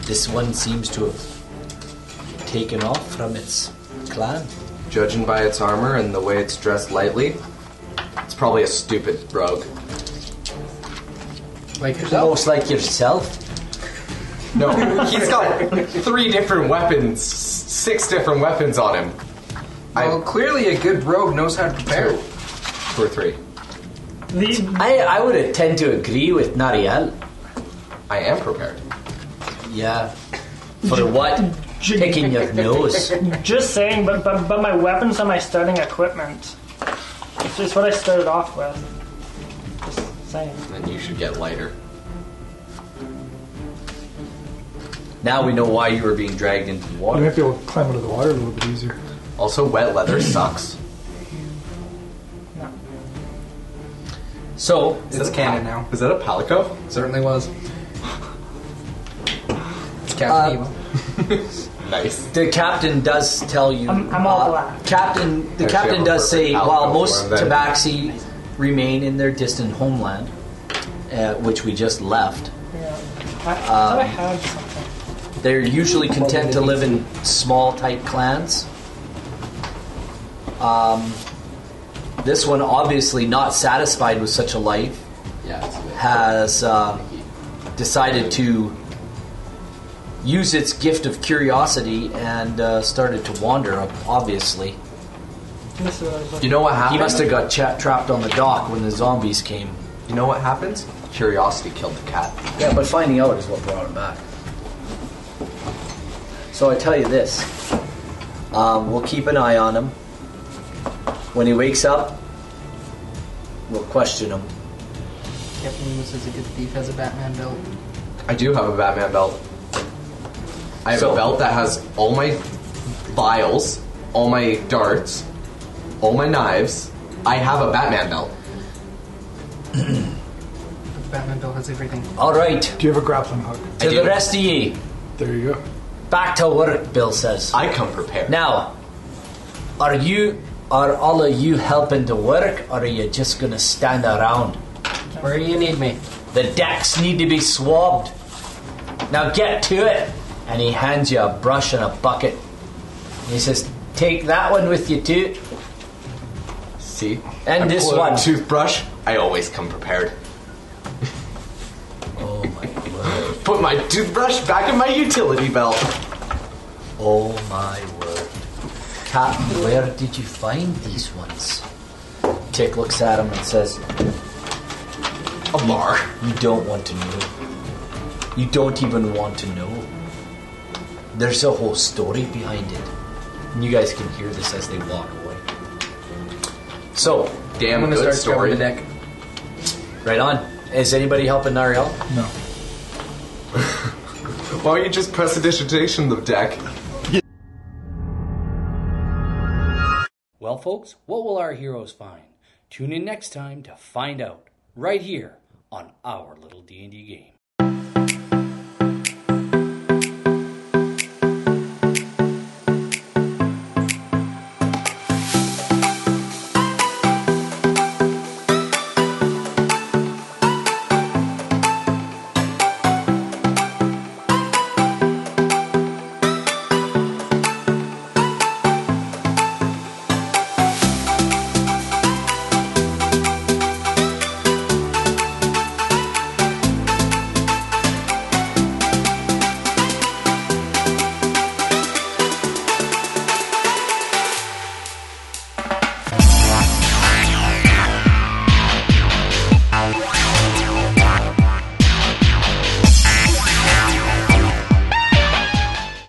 Speaker 1: this one seems to have taken off from its clan.
Speaker 4: Judging by its armor and the way it's dressed lightly, it's probably a stupid rogue.
Speaker 5: Like yourself.
Speaker 1: Looks like yourself. <laughs>
Speaker 4: No, he's got three different weapons, six different weapons on him. I-
Speaker 5: well, clearly a good rogue knows how to prepare.
Speaker 4: Two, two or three.
Speaker 2: The,
Speaker 1: I, I would tend to agree with Nariel.
Speaker 4: I am prepared.
Speaker 1: Yeah. For what? Picking your nose.
Speaker 2: Just saying, but, but but my weapons are my starting equipment. It's just what I started off with. Just saying.
Speaker 4: Then you should get lighter.
Speaker 9: Now we know why you were being dragged into the
Speaker 6: You
Speaker 9: water.
Speaker 6: might be able to climb out of the water a little bit easier.
Speaker 4: Also, wet leather sucks.
Speaker 1: So,
Speaker 5: It's canon now.
Speaker 4: Is that a palico?
Speaker 5: Certainly was. It's Captain
Speaker 1: Uh,
Speaker 5: Evil.
Speaker 4: Nice.
Speaker 1: the captain does tell you.
Speaker 2: I'm- I'm all black.
Speaker 1: Captain, the
Speaker 4: Actually, I'm
Speaker 1: captain
Speaker 4: a
Speaker 1: does
Speaker 4: perfect
Speaker 1: say,
Speaker 4: outlaw
Speaker 1: while
Speaker 4: for
Speaker 1: most
Speaker 4: that.
Speaker 1: tabaxi remain in their distant homeland, uh, which we just left,
Speaker 2: Yeah. I, I thought I had something.
Speaker 1: They're usually content to live in small, tight clans. Um, this one, obviously not satisfied with such a life,
Speaker 3: yeah, it's a bit.
Speaker 1: has um, decided to use its gift of curiosity and uh, started to wander, obviously.
Speaker 2: This is what I was looking
Speaker 4: You know what
Speaker 1: He
Speaker 4: happened?
Speaker 1: must have got cha- trapped on the dock when the zombies came.
Speaker 4: You know what happens? Curiosity killed the cat.
Speaker 9: Yeah, but finding out is what brought him back.
Speaker 1: So I tell you this. Um, we'll keep an eye on him. When he wakes up, we'll question him.
Speaker 5: Captain Loomis is a good thief, has a Batman belt.
Speaker 4: I do have a Batman belt. I have
Speaker 1: So-
Speaker 4: a belt that has all my vials, all my darts, all my knives. I have a Batman belt.
Speaker 5: The Batman belt has everything.
Speaker 10: All right,
Speaker 6: Do you have a grappling hook?
Speaker 10: to
Speaker 4: do.
Speaker 10: the rest of ye.
Speaker 6: There you go.
Speaker 10: Back to work, Bill says.
Speaker 4: I come prepared.
Speaker 10: Now, are you, are all of you helping to work, or are you just gonna stand around?
Speaker 5: Where do you need me?
Speaker 10: The decks need to be swabbed. Now get to it. And he hands you a brush and a bucket. And he says, Take that one with you too.
Speaker 4: See?
Speaker 10: And
Speaker 4: I
Speaker 10: this
Speaker 4: pull out
Speaker 10: one.
Speaker 4: a toothbrush. I always come prepared.
Speaker 10: Oh my word.
Speaker 4: Put my toothbrush back in my utility belt.
Speaker 10: Oh my word. Captain, where did you find these ones? Tick looks at him and says,
Speaker 4: A bar.
Speaker 10: You don't want to know. You don't even want to know. There's a whole story behind it. And you guys can hear this as they walk away. So,
Speaker 4: Damn
Speaker 5: I'm gonna
Speaker 4: good
Speaker 5: start
Speaker 4: story.
Speaker 5: scrubbing the deck.
Speaker 10: Right on. Is anybody helping Nariel?
Speaker 6: No.
Speaker 4: Why don't you just press the digitation the deck?
Speaker 11: Well, folks, what will our heroes find? Tune in next time to find out right here on our little D&D game.